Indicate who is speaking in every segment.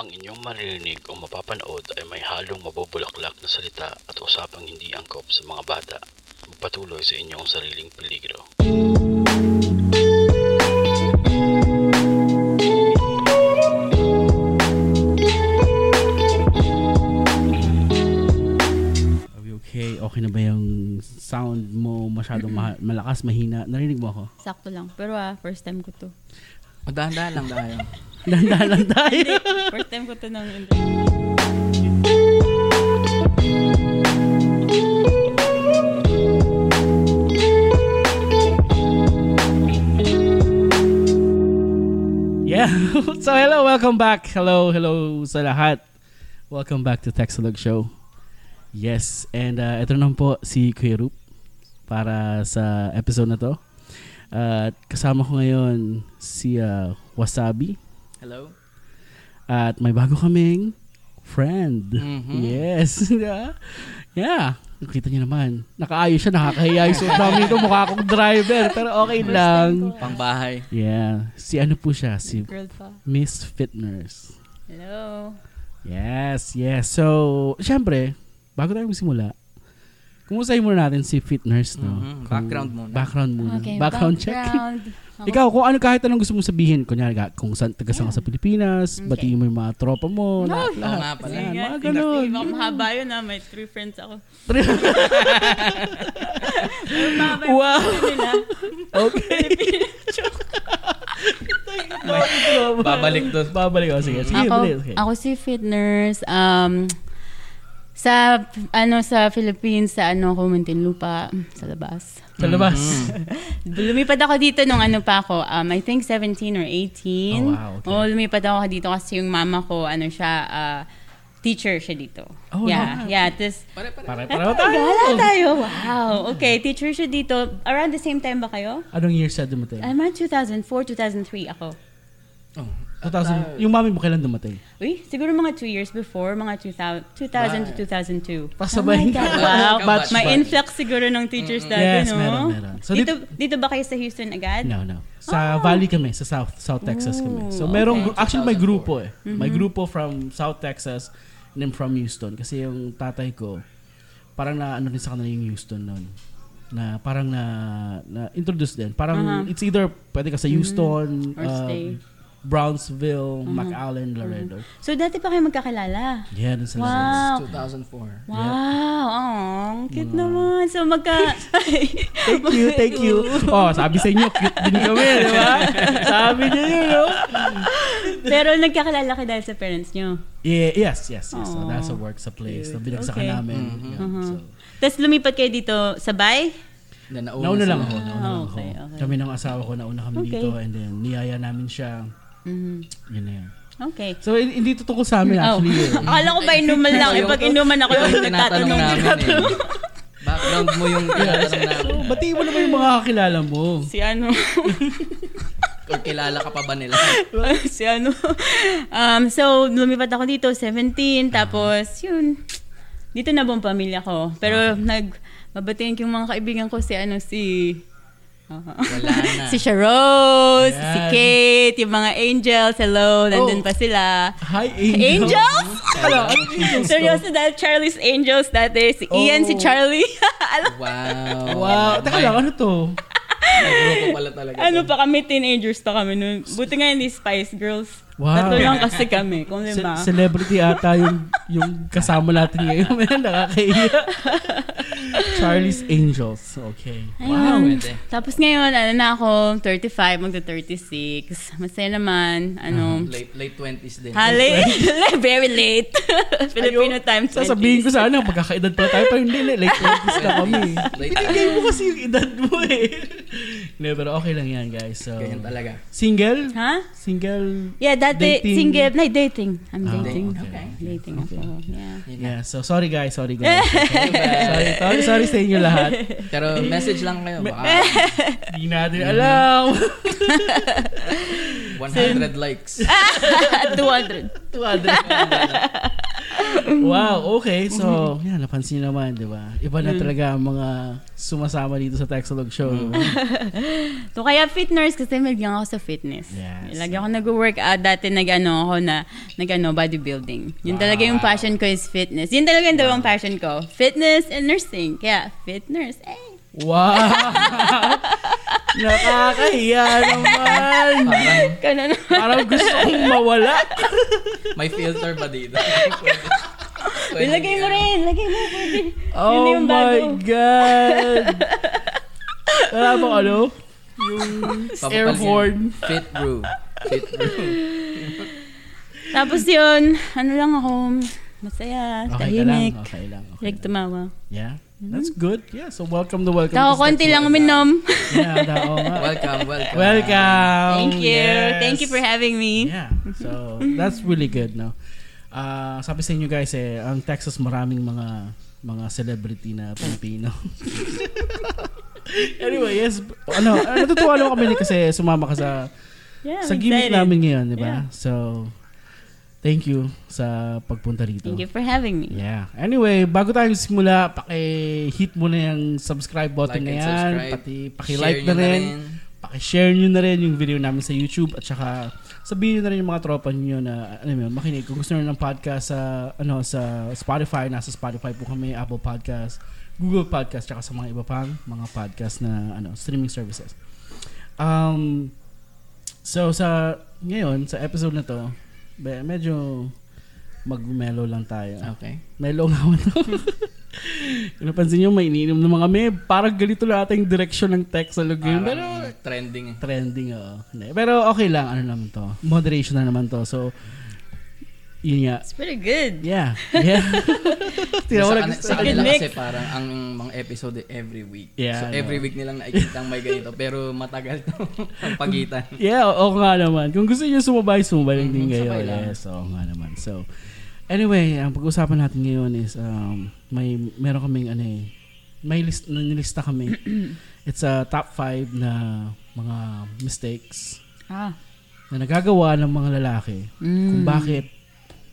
Speaker 1: Ang inyong maririnig o mapapanood ay may halong mabubulaklak na salita at usapang hindi angkop sa mga bata. Magpatuloy sa inyong sariling peligro.
Speaker 2: Are we okay? Okay na ba yung sound mo masyadong maha- malakas, mahina? Narinig mo ako?
Speaker 3: Sakto lang. Pero ah, first time ko to.
Speaker 4: O dahan-dahan lang tayo.
Speaker 2: Dahan-dahan lang tayo.
Speaker 3: First time ko to ng
Speaker 2: yeah. so hello, welcome back. Hello, hello sa lahat. Welcome back to Texalog Show. Yes, and uh, ito na po si Kuya Rup para sa episode na to. At kasama ko ngayon si uh, Wasabi
Speaker 4: Hello?
Speaker 2: at may bago kaming friend.
Speaker 4: Mhm.
Speaker 2: Yes. yeah. Yeah. Nakita niyo naman. Nakaayos siya, nakakahiya. So, dami ito mukha akong driver. Pero okay lang.
Speaker 4: Pangbahay.
Speaker 2: Yeah. Si ano po siya? Si
Speaker 3: girl pa.
Speaker 2: Miss Fitness.
Speaker 3: Hello.
Speaker 2: Yes, yes. So, syempre, bago tayo magsimula, kumustahin muna natin si Fitness, no? Kung-
Speaker 4: Mhm. Background muna.
Speaker 2: Background muna.
Speaker 3: Okay,
Speaker 2: background, check. Ikaw, kung ano kahit anong gusto mong sabihin, kunyari ka- kung saan taga saan ka sa Pilipinas,
Speaker 3: Okay.
Speaker 2: batiin mo yung mga tropa mo, lahat,
Speaker 4: Oo
Speaker 2: lahat.
Speaker 4: nga pala.
Speaker 2: Yan,
Speaker 3: Sige.
Speaker 2: mga
Speaker 3: Kasi
Speaker 2: ganun.
Speaker 3: baka mahaba yun ah. May three friends ako.
Speaker 2: wow!
Speaker 3: Nila.
Speaker 2: Okay.
Speaker 4: Babalik doon.
Speaker 2: Babalik ako. Sige, sige. bilis,
Speaker 3: ako,
Speaker 2: okay.
Speaker 3: ako si Fitness. Um, sa ano sa Philippines sa ano ko Muntinlupa sa labas.
Speaker 2: Sa
Speaker 4: Mm-hmm.
Speaker 2: labas.
Speaker 3: Lumipad ako dito nung ano pa ako, um, I think 17 or 18.
Speaker 2: Oh, wow, okay.
Speaker 3: Oo, lumipad ako dito kasi yung mama ko, ano siya, ah, teacher siya dito.
Speaker 2: Oh,
Speaker 3: yeah,
Speaker 2: wow. Oh.
Speaker 3: yeah. Tapos,
Speaker 2: Pare-pareho tayo.
Speaker 3: Gala tayo. Wow. Okay, teacher siya dito. Around the same time ba kayo?
Speaker 2: Anong year siya dumating?
Speaker 3: I'm at 2004, 2003 ako.
Speaker 2: 2000, yung mami mo kailan dumating?
Speaker 3: Uy, siguro mga two years before, mga 2000, 2000 to 2002.
Speaker 2: Pasabay.
Speaker 3: Wow,
Speaker 4: Batch
Speaker 3: may
Speaker 4: batch.
Speaker 3: influx siguro ng teachers dati,
Speaker 2: Yes,
Speaker 3: no?
Speaker 2: meron, meron. So,
Speaker 3: dito, dito ba kayo sa Houston agad?
Speaker 2: No, no.
Speaker 3: Ah.
Speaker 2: Sa Valley kami, sa South South Texas
Speaker 3: Oh.
Speaker 2: kami. So merong gru- actually may grupo eh.
Speaker 3: Mm-hmm.
Speaker 2: May grupo from South Texas and then from Houston kasi yung tatay ko parang na ano rin sa kanila yung Houston noon na parang na, na introduce din. Parang it's either pwede ka sa
Speaker 3: Uh-huh. Mm-hmm.
Speaker 2: Houston,
Speaker 3: Or
Speaker 2: um,
Speaker 3: stay. Mm-hmm.
Speaker 2: Brownsville, McAllen, Laredo.
Speaker 3: So, dati pa kayo magkakilala?
Speaker 2: Yeah, dun sa Laredo.
Speaker 3: Wow.
Speaker 4: 2004.
Speaker 3: Wow, ang cute naman. So, magka...
Speaker 2: Mm. Thank you, thank you. Oh, sabi sa inyo, cute din kami, di ba? sabi niya yun, no?
Speaker 3: Pero nagkakilala ka dahil sa parents nyo.
Speaker 2: Yeah, yes, yes, yes. So
Speaker 3: Aw.
Speaker 2: that's a works a place. Na binagsakan
Speaker 3: Okay. Mm-hmm.
Speaker 2: namin. Yeah, so.
Speaker 3: Tapos lumipat kayo dito sabay?
Speaker 4: Na nauna,
Speaker 2: Nauna lang
Speaker 4: sila.
Speaker 2: ako, nauna lang ako.
Speaker 3: okay, okay.
Speaker 2: Kami ng asawa ko, nauna kami
Speaker 3: Okay.
Speaker 2: dito. And then, niyaya namin siya. Yun na yun.
Speaker 3: Mm-hmm. Okay.
Speaker 2: So, hin- hindi to tungkol sa amin
Speaker 3: Oh.
Speaker 2: actually. eh.
Speaker 3: Akala ko ba inuman lang? Eh, pag inuman ako,
Speaker 4: Yung tinatanong
Speaker 3: nagtatanong
Speaker 4: namin eh. Background mo yung tinatanong namin.
Speaker 2: So, batiin mo naman yung mga kakilala mo.
Speaker 3: Si ano?
Speaker 4: Kung kilala ka pa ba nila?
Speaker 3: si ano? Um, so, lumipat ako dito, 17.
Speaker 2: Ah.
Speaker 3: Tapos, yun. Dito na buong pamilya ko. Pero, nag... Mabatiin ko yung mga kaibigan ko si ano, si... Aha.
Speaker 4: Wala na.
Speaker 3: si Sharose,
Speaker 2: Ayan.
Speaker 3: si Kate, yung mga angels, hello,
Speaker 2: Oh.
Speaker 3: nandun pa sila.
Speaker 2: Hi, Angel.
Speaker 3: Angels?
Speaker 2: Hello, ano Angels to?
Speaker 3: Seryoso dahil Charlie's Angels dati. Si Ian, si
Speaker 2: Oh.
Speaker 3: Charlie. Alam,
Speaker 4: Wow.
Speaker 2: Wow, teka lang, ano to?
Speaker 4: May grupo pala talaga.
Speaker 3: ano pa kami, teenagers pa kami nun. Buti nga hindi Spice Girls.
Speaker 2: Wow.
Speaker 3: Tatlo lang kasi kami, kung
Speaker 2: Ce-
Speaker 3: lima.
Speaker 2: celebrity ata yung, yung kasama natin ngayon. Mayroon nakakaiya. Charlie's Angels. Okay.
Speaker 4: Wow,
Speaker 3: Ayun.
Speaker 4: pwede.
Speaker 3: Tapos ngayon, ano na ako, 35, magta-36. Masaya naman, ano.
Speaker 2: Uh-huh.
Speaker 4: Late, late 20s din.
Speaker 3: Hali, very late. Filipino time 20.
Speaker 2: Sasabihin ko sana, magkakaedad pala tayo. Pero hindi, late 20s na kami.
Speaker 4: Late
Speaker 2: Binigay mo kasi yung edad mo eh. Hindi, pero okay lang yan, guys. So,
Speaker 4: Ganyan talaga.
Speaker 2: Single?
Speaker 3: Ha?
Speaker 2: Single?
Speaker 3: Yeah, dati,
Speaker 2: Dating.
Speaker 3: single, no, dating. I'm
Speaker 2: Ah,
Speaker 3: dating.
Speaker 2: okay.
Speaker 3: Dating ako, yeah.
Speaker 4: Yun
Speaker 2: Yeah,
Speaker 4: na.
Speaker 2: so sorry guys, sorry guys. sorry, sorry, sorry sa inyo lahat.
Speaker 4: Pero message lang kayo. Baka
Speaker 2: Hindi natin
Speaker 4: Mm-hmm.
Speaker 2: alam.
Speaker 4: 100 likes.
Speaker 3: 200.
Speaker 2: 200. Wow, okay. So,
Speaker 4: Mm-hmm.
Speaker 2: yan, napansin naman, di ba? Iba
Speaker 4: Mm.
Speaker 2: na talaga ang mga sumasama dito sa Texalog Show.
Speaker 4: Mm.
Speaker 3: So kaya fit nurse kasi may lang ako sa fitness.
Speaker 2: Yes.
Speaker 3: Lagi ako nag-workout. Dati nag-ano ako na, nag-ano, bodybuilding. Yun talaga yung passion ko is fitness. Yun talaga yung dalawang passion ko. Fitness and nursing. Kaya fit nurse. Eh.
Speaker 2: Wow! Nakakahiya naman!
Speaker 4: Parang
Speaker 3: Ganun.
Speaker 2: Parang gusto kong mawala.
Speaker 4: may filter ba dito? Pwede
Speaker 3: Ilagay mo
Speaker 4: yan.
Speaker 3: rin. Lagay mo. Pwede. Yun na
Speaker 2: Oh
Speaker 3: yung
Speaker 2: my
Speaker 3: bago.
Speaker 2: God! Wala bang ano? Yung
Speaker 4: Papapansin.
Speaker 2: airborne.
Speaker 4: Fit brew. Fit brew.
Speaker 3: Tapos yun, ano lang ako, masaya,
Speaker 2: Okay ka lang,
Speaker 3: tahimik.
Speaker 2: okay lang. Okay.
Speaker 3: Like tumawa.
Speaker 2: Yeah, that's good. Yeah, so welcome to welcome.
Speaker 3: Tako,
Speaker 2: to
Speaker 3: konti
Speaker 2: Sexual
Speaker 3: lang
Speaker 2: Assault.
Speaker 3: uminom.
Speaker 2: Yeah, tao nga.
Speaker 4: Welcome, welcome.
Speaker 2: Welcome.
Speaker 3: Thank you.
Speaker 2: Oh, Yes.
Speaker 3: Thank you for having me.
Speaker 2: Yeah. So, that's really good, no? Ah, sabi sa inyo guys eh, ang Texas maraming mga mga celebrity na Pilipino. anyway, yes. Ano, ah, natutuwa lang kami kasi sumama ka sa
Speaker 3: Yeah,
Speaker 2: sa
Speaker 3: I'm
Speaker 2: gimmick
Speaker 3: excited.
Speaker 2: namin ngayon, di ba?
Speaker 3: Yeah.
Speaker 2: So, thank you sa pagpunta rito.
Speaker 3: Thank you for having me.
Speaker 2: Yeah. Anyway, bago tayo simula, paki-hit mo na yung subscribe button
Speaker 4: Like
Speaker 2: na
Speaker 4: and
Speaker 2: yan.
Speaker 4: subscribe.
Speaker 2: Pati
Speaker 4: Share
Speaker 2: paki-like na
Speaker 4: nyo
Speaker 2: rin. Paki-share nyo na rin yung video namin sa YouTube at saka sabihin nyo na rin yung mga tropa nyo na ano yun, makinig. Kung gusto nyo ng podcast sa, ano, sa Spotify, nasa Spotify po kami, Apple Podcast, Google Podcast, tsaka sa mga iba pang mga podcast na ano streaming services. Um, so sa ngayon, sa episode na to, be- medyo mag-mellow lang tayo.
Speaker 4: Okay.
Speaker 2: Melo nga ako to. Kung napansin nyo, may iniinom ng mga may. Parang ganito lang ata yung direction ng text sa lugin. Pero
Speaker 4: Parang trending.
Speaker 2: trending, oo. Hindi. Pero okay lang, ano naman to. Moderation na naman to. So, yun nga.
Speaker 3: It's pretty good.
Speaker 2: Yeah. Yeah. Tira
Speaker 4: Sa, ano?
Speaker 2: wala
Speaker 4: kan-
Speaker 2: gusto.
Speaker 4: sa kanila
Speaker 3: Good mix.
Speaker 4: kasi parang ang mga episode every week.
Speaker 2: Yeah,
Speaker 4: so
Speaker 2: I know.
Speaker 4: every week nilang nakikita may ganito pero matagal to ang pagitan.
Speaker 2: Yeah, oo nga naman. Kung gusto nyo sumabay, sumabay lang din
Speaker 4: Mhm,
Speaker 2: kayo.
Speaker 4: sabay lang.
Speaker 2: Yes, oo nga naman. So, anyway, ang pag-uusapan natin ngayon is, um, may, meron kaming ano eh, may list, nanilista kami. It's a top 5 na mga mistakes
Speaker 3: Ah.
Speaker 2: na nagagawa ng mga lalaki
Speaker 3: Mm.
Speaker 2: kung bakit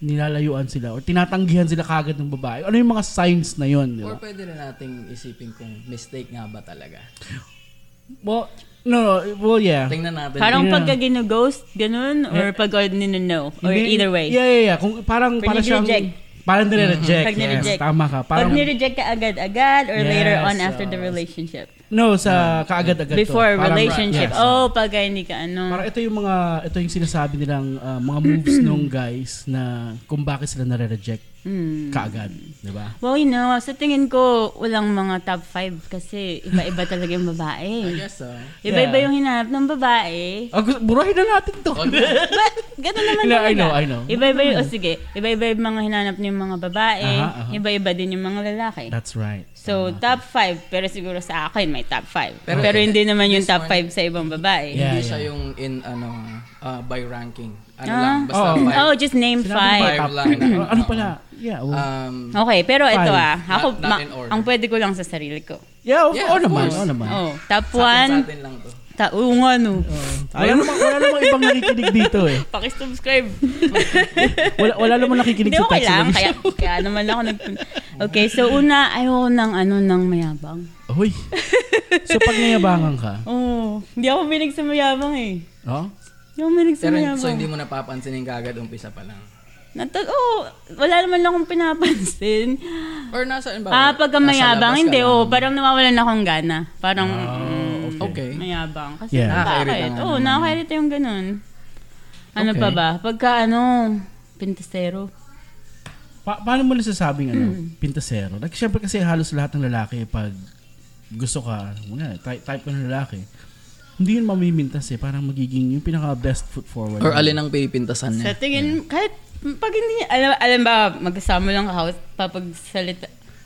Speaker 2: nilalayuan sila or tinatanggihan sila kagad ng babae. Ano yung mga signs na yun, di
Speaker 4: Or
Speaker 2: ba?
Speaker 4: pwede rin nating isipin kung mistake nga ba talaga.
Speaker 2: Well, no, well, yeah.
Speaker 4: Tingnan natin.
Speaker 3: Parang
Speaker 2: Yeah.
Speaker 3: pagka ghost ganun, or pagka nino-no, or
Speaker 2: Hindi-
Speaker 3: either way.
Speaker 2: Yeah, yeah, yeah. Kung, parang,
Speaker 3: Pag
Speaker 2: parang siyang...
Speaker 3: nire-reject.
Speaker 2: Parang nire-reject.
Speaker 3: Pag nire-reject.
Speaker 2: Yes, tama ka. Parang,
Speaker 3: Pag nireject ka agad-agad, or
Speaker 2: Yes,
Speaker 3: later on after
Speaker 2: ah,
Speaker 3: the relationship.
Speaker 2: no, sa kaagad-agad
Speaker 3: Before
Speaker 2: to. Parang-
Speaker 3: relationship.
Speaker 2: yes.
Speaker 3: Oh, pagka hindi ka ano.
Speaker 2: Parang ito yung mga, ito yung sinasabi nilang ah, mga moves nung guys na kung bakit sila nare-reject
Speaker 3: Mm.
Speaker 2: kaagad. Di ba?
Speaker 3: Well, you know, sa tingin ko, walang mga top 5 kasi iba-iba talaga yung babae.
Speaker 4: Yes, so.
Speaker 3: Iba-iba
Speaker 2: Yeah.
Speaker 3: yung hinahanap ng babae.
Speaker 2: Ah, gusto- burahin na natin to.
Speaker 3: But, ganun naman
Speaker 2: No, I
Speaker 3: talaga.
Speaker 2: know, I know. Mm.
Speaker 3: Iba-iba yung, oh, sige, iba-iba yung mga hinanap ng mga babae,
Speaker 2: Aha, aha.
Speaker 3: iba-iba din yung mga lalaki.
Speaker 2: That's right.
Speaker 3: So, top 5, pero siguro sa akin may top 5. Pero,
Speaker 4: Pero-
Speaker 3: hindi naman yung
Speaker 4: This
Speaker 3: top
Speaker 4: one-
Speaker 3: 5 sa ibang babae.
Speaker 2: Yeah,
Speaker 4: Hindi
Speaker 2: yeah.
Speaker 4: siya yung in ano ah, by ranking. Ano
Speaker 3: Ah.
Speaker 4: lang basta
Speaker 2: Oh.
Speaker 4: by,
Speaker 3: Oh, just name
Speaker 2: Sinabi
Speaker 4: by
Speaker 3: 5.
Speaker 2: Five.
Speaker 4: lang.
Speaker 2: Ah, ano pala? Yeah, oh.
Speaker 4: Um,
Speaker 3: Okay, pero ito
Speaker 2: Five.
Speaker 3: ah, ako
Speaker 4: Not- not
Speaker 3: ma-
Speaker 4: in order.
Speaker 3: ang pwede ko lang sa sarili ko.
Speaker 2: yeah, of,
Speaker 4: yeah,
Speaker 2: oh,
Speaker 4: of
Speaker 2: naman,
Speaker 4: course.
Speaker 2: oh naman.
Speaker 3: Oh, top
Speaker 4: sa atin, sa
Speaker 3: 1.
Speaker 4: atin lang to.
Speaker 3: Ta- oo nga no.
Speaker 2: Wala namang, wala namang ibang nakikinig dito eh.
Speaker 3: Pakisubscribe.
Speaker 2: Wala, wala namang nakikinig
Speaker 3: Hindi
Speaker 2: sa
Speaker 3: okay
Speaker 2: text.
Speaker 3: lang, kaya, kaya naman ako nagpun... Okay, so una, ayoko ng ano, ng mayabang.
Speaker 2: Uy. So pag nayabangan ka,
Speaker 3: Oo, Oh, hindi ako minig sa mayabang eh.
Speaker 2: oh?
Speaker 3: Hindi ako minig sa
Speaker 4: Pero
Speaker 3: mayabang.
Speaker 4: so hindi mo napapansinin kagad umpisa pa lang.
Speaker 3: Nata- oo, oh, wala naman lang akong pinapansin.
Speaker 4: Or nasa ano ba?
Speaker 3: Ah, pagka
Speaker 4: Nasa
Speaker 3: mayabang,
Speaker 4: labas ka
Speaker 3: hindi.
Speaker 4: lang.
Speaker 3: Oo, parang nawawalan akong gana. Parang mm,
Speaker 4: Oh,
Speaker 2: Oh,
Speaker 4: Okay.
Speaker 3: mayabang. Kasi
Speaker 2: Yeah.
Speaker 4: Nakakairita
Speaker 3: bakit?
Speaker 4: nga
Speaker 3: Oo,
Speaker 4: naman.
Speaker 3: nakakairita yung ganun. Ano
Speaker 4: Okay.
Speaker 3: pa ba? Pagka ano, pintasero.
Speaker 2: Pa- paano mo nasasabing ano,
Speaker 3: Hmm.
Speaker 2: pintasero? Like, syempre kasi halos lahat ng lalaki pag gusto ka, wala, type, type ka ng lalaki, hindi yun mamimintas eh. Parang magiging yung pinaka-best foot forward.
Speaker 4: Or alin ang pipintasan niya?
Speaker 3: Sa tingin, kahit pag hindi, alam, alam ba, magkasama lang ka, papagsalita.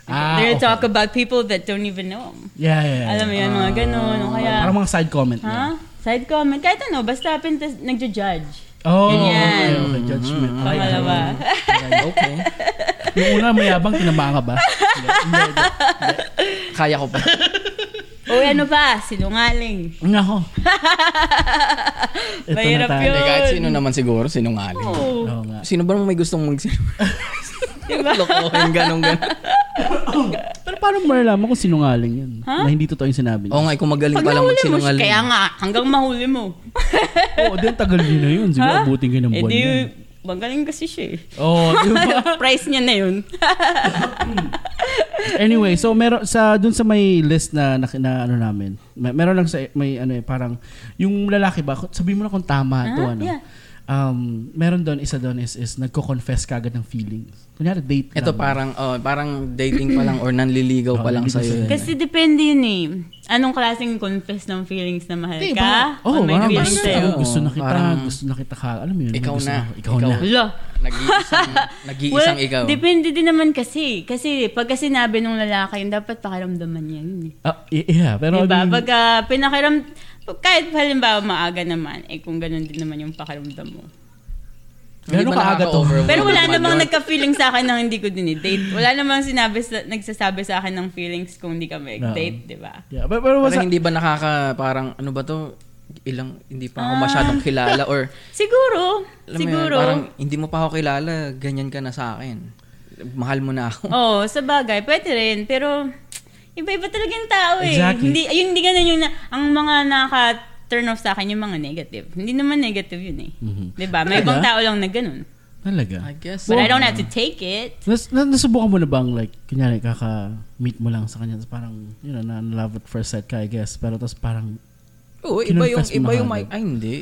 Speaker 2: Ah,
Speaker 3: They're
Speaker 2: okay.
Speaker 3: talk about people that don't even know 'em.
Speaker 2: Yeah, yeah, yeah.
Speaker 3: Alam mo yan, mga ganun. O kaya,
Speaker 2: Parang mga side comment
Speaker 3: ha?
Speaker 2: niya.
Speaker 3: Side comment. Kahit ano, basta pintas, nagja-judge.
Speaker 2: Oh,
Speaker 3: Ganyan.
Speaker 2: okay, okay. Judgment. Ay,
Speaker 3: Pangalawa.
Speaker 4: okay.
Speaker 2: Yung una, mayabang, tinamaan ka ba? Hindi, hindi.
Speaker 4: Kaya ko pa.
Speaker 3: o ano pa, sinungaling.
Speaker 2: Nako. Ito oh. na
Speaker 3: Mahirap
Speaker 2: tayo.
Speaker 3: yun.
Speaker 4: Eh, kahit sino naman siguro, sinungaling.
Speaker 3: Oo.
Speaker 2: Oo nga.
Speaker 4: Sino ba namang may gustong magsinungaling?
Speaker 3: Diba?
Speaker 4: Lokohin, ganun, ganun.
Speaker 2: Pero paano mo nalaman kung sinungaling yan? Na hindi totoo yung sinabi niya?
Speaker 4: Oo nga, eh, kung magaling
Speaker 3: Pag nahuli
Speaker 4: pala
Speaker 3: mo, siya,
Speaker 4: magsinungaling.
Speaker 3: kaya nga, hanggang mahuli mo.
Speaker 2: Oo, di, ang tagal niyo na yun. Siguro,
Speaker 3: Ha?
Speaker 2: abutin kayo ng
Speaker 3: Eh
Speaker 2: buwan
Speaker 3: di,
Speaker 2: yan.
Speaker 3: magaling kasi siya eh.
Speaker 2: Oo, di ba?
Speaker 3: Price niya na yun.
Speaker 2: anyway, so meron sa dun sa may list na na, na ano namin. May, meron lang sa may ano eh parang yung lalaki ba, sabi mo na kung tama to
Speaker 3: Ah,
Speaker 2: ano.
Speaker 3: yeah.
Speaker 2: Um, meron doon isa doon is is nagko-confess kagad ng feelings. Kunyari date lang.
Speaker 4: Ito parang, oh, parang dating pa lang or nanliligaw
Speaker 2: Oo,
Speaker 4: pa lang
Speaker 2: nanliligaw
Speaker 4: sa'yo.
Speaker 3: kasi depende yun eh. Anong klaseng confess ng feelings na mahal ka?
Speaker 2: Di ba?
Speaker 3: Or
Speaker 2: Oh,
Speaker 3: may
Speaker 2: parang
Speaker 3: feelings
Speaker 2: gusto,
Speaker 4: sa'yo.
Speaker 2: oh, gusto na kita,
Speaker 4: Parang-
Speaker 2: gusto na kita ka. Alam mo yun, may
Speaker 4: Ikaw
Speaker 2: gusto
Speaker 4: na.
Speaker 2: ako, ikaw,
Speaker 4: Ikaw.
Speaker 2: na.
Speaker 3: Wala.
Speaker 4: Nag-iisang, nag-iisang ikaw.
Speaker 3: depende din naman kasi. Kasi pagka sinabi ng lalaki, yun, dapat pakiramdaman niya yun eh.
Speaker 2: Ah, y- yeah, pero ano
Speaker 3: diba?
Speaker 2: I mean,
Speaker 3: Pagka pinakiram... pag- Kahit halimbawa maaga naman, eh kung ganun din naman yung pakiramdam mo.
Speaker 2: Gano'n ka agad to?
Speaker 3: Pero wala namang
Speaker 4: nag...
Speaker 3: nagka-feeling sa akin nang hindi ko dinidate. Wala namang sinabi sa, nagsasabi sa akin ng feelings kung hindi kami diba? date, di ba?
Speaker 2: yeah, pero, pero
Speaker 4: Pero
Speaker 2: wasa-
Speaker 4: hindi ba nakaka, parang ano ba to, ilang, hindi pa
Speaker 3: Ah.
Speaker 4: ako masyadong kilala or,
Speaker 3: Siguro.
Speaker 4: alam mo yun,
Speaker 3: siguro.
Speaker 4: parang hindi mo pa ako kilala, ganyan ka na sa akin. Mahal mo na ako.
Speaker 3: Oo, oh, sa bagay. Pwede rin. Pero, iba-iba talaga yung tao eh.
Speaker 2: Exactly.
Speaker 3: Hindi, ayun, hindi ganun yung, na, ang mga naka-turn off sa akin yung mga negative. Hindi naman negative yun eh. Di ba? May
Speaker 2: Mm-hmm. Talaga?
Speaker 3: ibang tao lang na ganun.
Speaker 2: talaga.
Speaker 4: I guess.
Speaker 3: But I
Speaker 4: uh,
Speaker 3: don't have to take it.
Speaker 2: Nas, na, nasubukan mo na bang like, kunyari kaka-meet mo lang sa kanya, tapos parang, you know, na love at first sight ka, I guess. Pero tapos parang,
Speaker 4: Oo, iba yung,
Speaker 2: kinonfess mo
Speaker 4: iba
Speaker 2: na
Speaker 4: yung,
Speaker 2: agad.
Speaker 4: mic- ay hindi.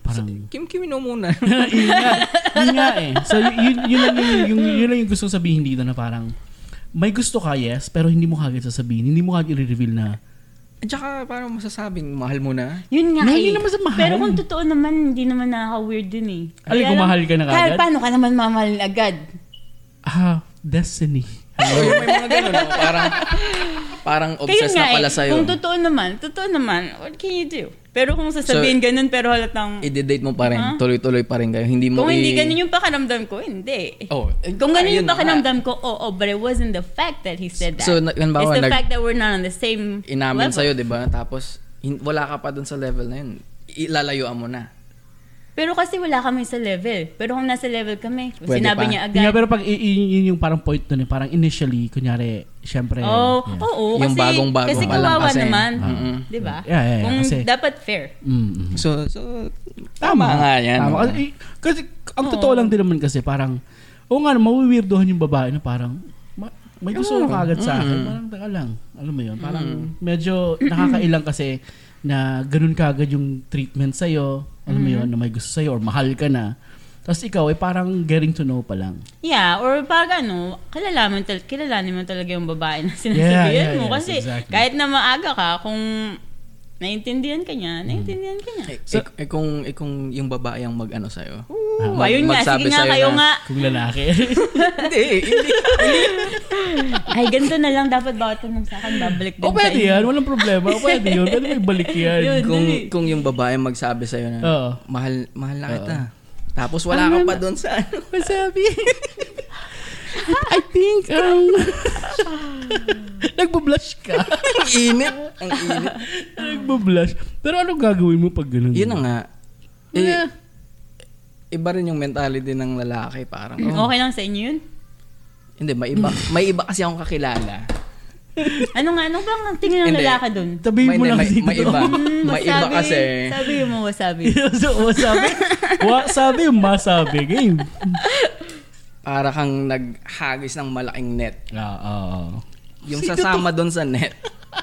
Speaker 2: parang,
Speaker 4: Kim Kim no muna.
Speaker 2: yun nga, yun nga eh. So, y- yun, yun, lang yung, yung, yun lang yung gusto kong sabihin dito na parang, may gusto ka, yes, pero hindi mo kagad sasabihin. Hindi mo kagad i-reveal na,
Speaker 4: At saka parang masasabing mahal mo na.
Speaker 3: Yun nga
Speaker 2: Na,
Speaker 3: eh.
Speaker 2: hindi naman sa mahal.
Speaker 3: Pero kung totoo naman, hindi naman nakaka-weird din eh. Kaya
Speaker 2: Alin, kung
Speaker 3: lang-
Speaker 2: mahal ka na
Speaker 3: Kaya
Speaker 2: kagad?
Speaker 3: paano ka naman mamahal agad?
Speaker 2: ah, destiny.
Speaker 4: Oo, yung may mga ganun. oh, Parang, parang
Speaker 3: Kaya
Speaker 4: obsessed
Speaker 3: nga
Speaker 4: na pala
Speaker 3: eh,
Speaker 4: sa'yo.
Speaker 3: Kung totoo naman, totoo naman, what can you do? Pero kung sasabihin ganun, pero halatang,
Speaker 4: I-date mo pa rin. Tuloy-tuloy pa rin kayo. Hindi mo
Speaker 3: kung
Speaker 4: i-
Speaker 3: hindi ganun yung pakaramdam ko, hindi.
Speaker 4: Oh, eh,
Speaker 3: Kung ganun
Speaker 4: ayun
Speaker 3: yung
Speaker 4: na nga.
Speaker 3: pakiramdam ko, oo, oh, but it wasn't the fact that he said that.
Speaker 4: So, na- ganun ba
Speaker 3: It's
Speaker 4: ako,
Speaker 3: the
Speaker 4: nag-
Speaker 3: fact that we're not on the same
Speaker 4: Inamin
Speaker 3: level.
Speaker 4: sa'yo, di ba? Tapos, hin- wala ka pa dun sa level na yun. Ilalayuan mo na.
Speaker 3: Pero kasi wala kami sa level. Pero kung nasa level kami, kung
Speaker 4: Pwede
Speaker 3: sinabi
Speaker 4: pa.
Speaker 3: niya agad.
Speaker 2: Yun nga, pero pag y- y- yun yung parang point nun eh, parang initially, kunyari, syempre,
Speaker 3: oh,
Speaker 2: yeah.
Speaker 3: oo, kasi,
Speaker 4: Yung bagong-bago
Speaker 3: kasi
Speaker 4: pa lang
Speaker 3: kawawa
Speaker 4: kasi.
Speaker 3: naman.
Speaker 4: Mm-mm.
Speaker 3: Di ba?
Speaker 2: Yeah, yeah, yeah,
Speaker 3: kung
Speaker 2: kasi-
Speaker 3: dapat fair.
Speaker 2: Mm, mm.
Speaker 4: So, so tama, nga yan.
Speaker 2: Tama. Kasi, kasi ang totoo lang din naman kasi parang, oo nga, mawiwirdohan yung babae na parang, ma- may gusto ka agad sa akin. Parang, taka lang. Alam mo yun, parang medyo nakakailang kasi na ganun ka agad yung treatment sa'yo. Alam mo yun, na may gusto sa'yo or mahal ka na. Tapos ikaw ay parang getting to know pa lang.
Speaker 3: Yeah, or pag ano, kilalaman, tal- kilalanin mo talaga yung babae na
Speaker 2: Yeah,
Speaker 3: sinasabihan
Speaker 2: yeah,
Speaker 3: mo.
Speaker 2: yes,
Speaker 3: kasi
Speaker 2: exactly.
Speaker 3: kahit na maaga ka, kung naiintindihan ka niya, naiintindihan ka niya.
Speaker 4: Eh, eh, kung, eh, kung yung babae ang mag-ano sa'yo.
Speaker 3: Oo, ayun nga,
Speaker 4: Ah, magsabi
Speaker 3: sige nga
Speaker 4: sa'yo
Speaker 3: kayo
Speaker 4: na-
Speaker 3: nga.
Speaker 2: Kung lalaki.
Speaker 4: hindi, hindi.
Speaker 3: Ay, ganito na lang dapat bawat tanong sa akin, babalik din
Speaker 2: o Oh, pwede
Speaker 3: sa inyo.
Speaker 2: yan, walang problema. O pwede yun, pwede may balik yan.
Speaker 3: Yun.
Speaker 4: kung,
Speaker 3: Hindi.
Speaker 4: kung yung babae magsabi sa'yo na,
Speaker 2: Oo.
Speaker 4: mahal, mahal na kita. Tapos wala ka pa dun sa ano.
Speaker 2: Masabi. I think, um, nagbo-blush ka.
Speaker 4: ang init. Ang init.
Speaker 2: Nagbablush. Pero ano gagawin mo pag ganun?
Speaker 4: Yun na nga. Eh,
Speaker 2: Yeah.
Speaker 4: Iba rin yung mentality ng lalaki. Parang,
Speaker 2: Mm.
Speaker 4: oh,
Speaker 3: Okay lang sa inyo yun?
Speaker 4: hindi, may iba, may iba kasi akong kakilala.
Speaker 3: Ano nga, ano bang ang tingin ng
Speaker 4: Hindi.
Speaker 3: lalaki dun?
Speaker 2: Tabihin
Speaker 4: may,
Speaker 2: mo lang
Speaker 4: may,
Speaker 2: dito.
Speaker 4: may iba. may iba
Speaker 3: Wasabi.
Speaker 4: kasi.
Speaker 3: Sabi mo, wasabi.
Speaker 2: so, wasabi. Wasabi, masabi. Game.
Speaker 4: Para kang naghagis ng malaking net.
Speaker 2: Ah, ah, ah.
Speaker 4: Yung sasama doon sa net.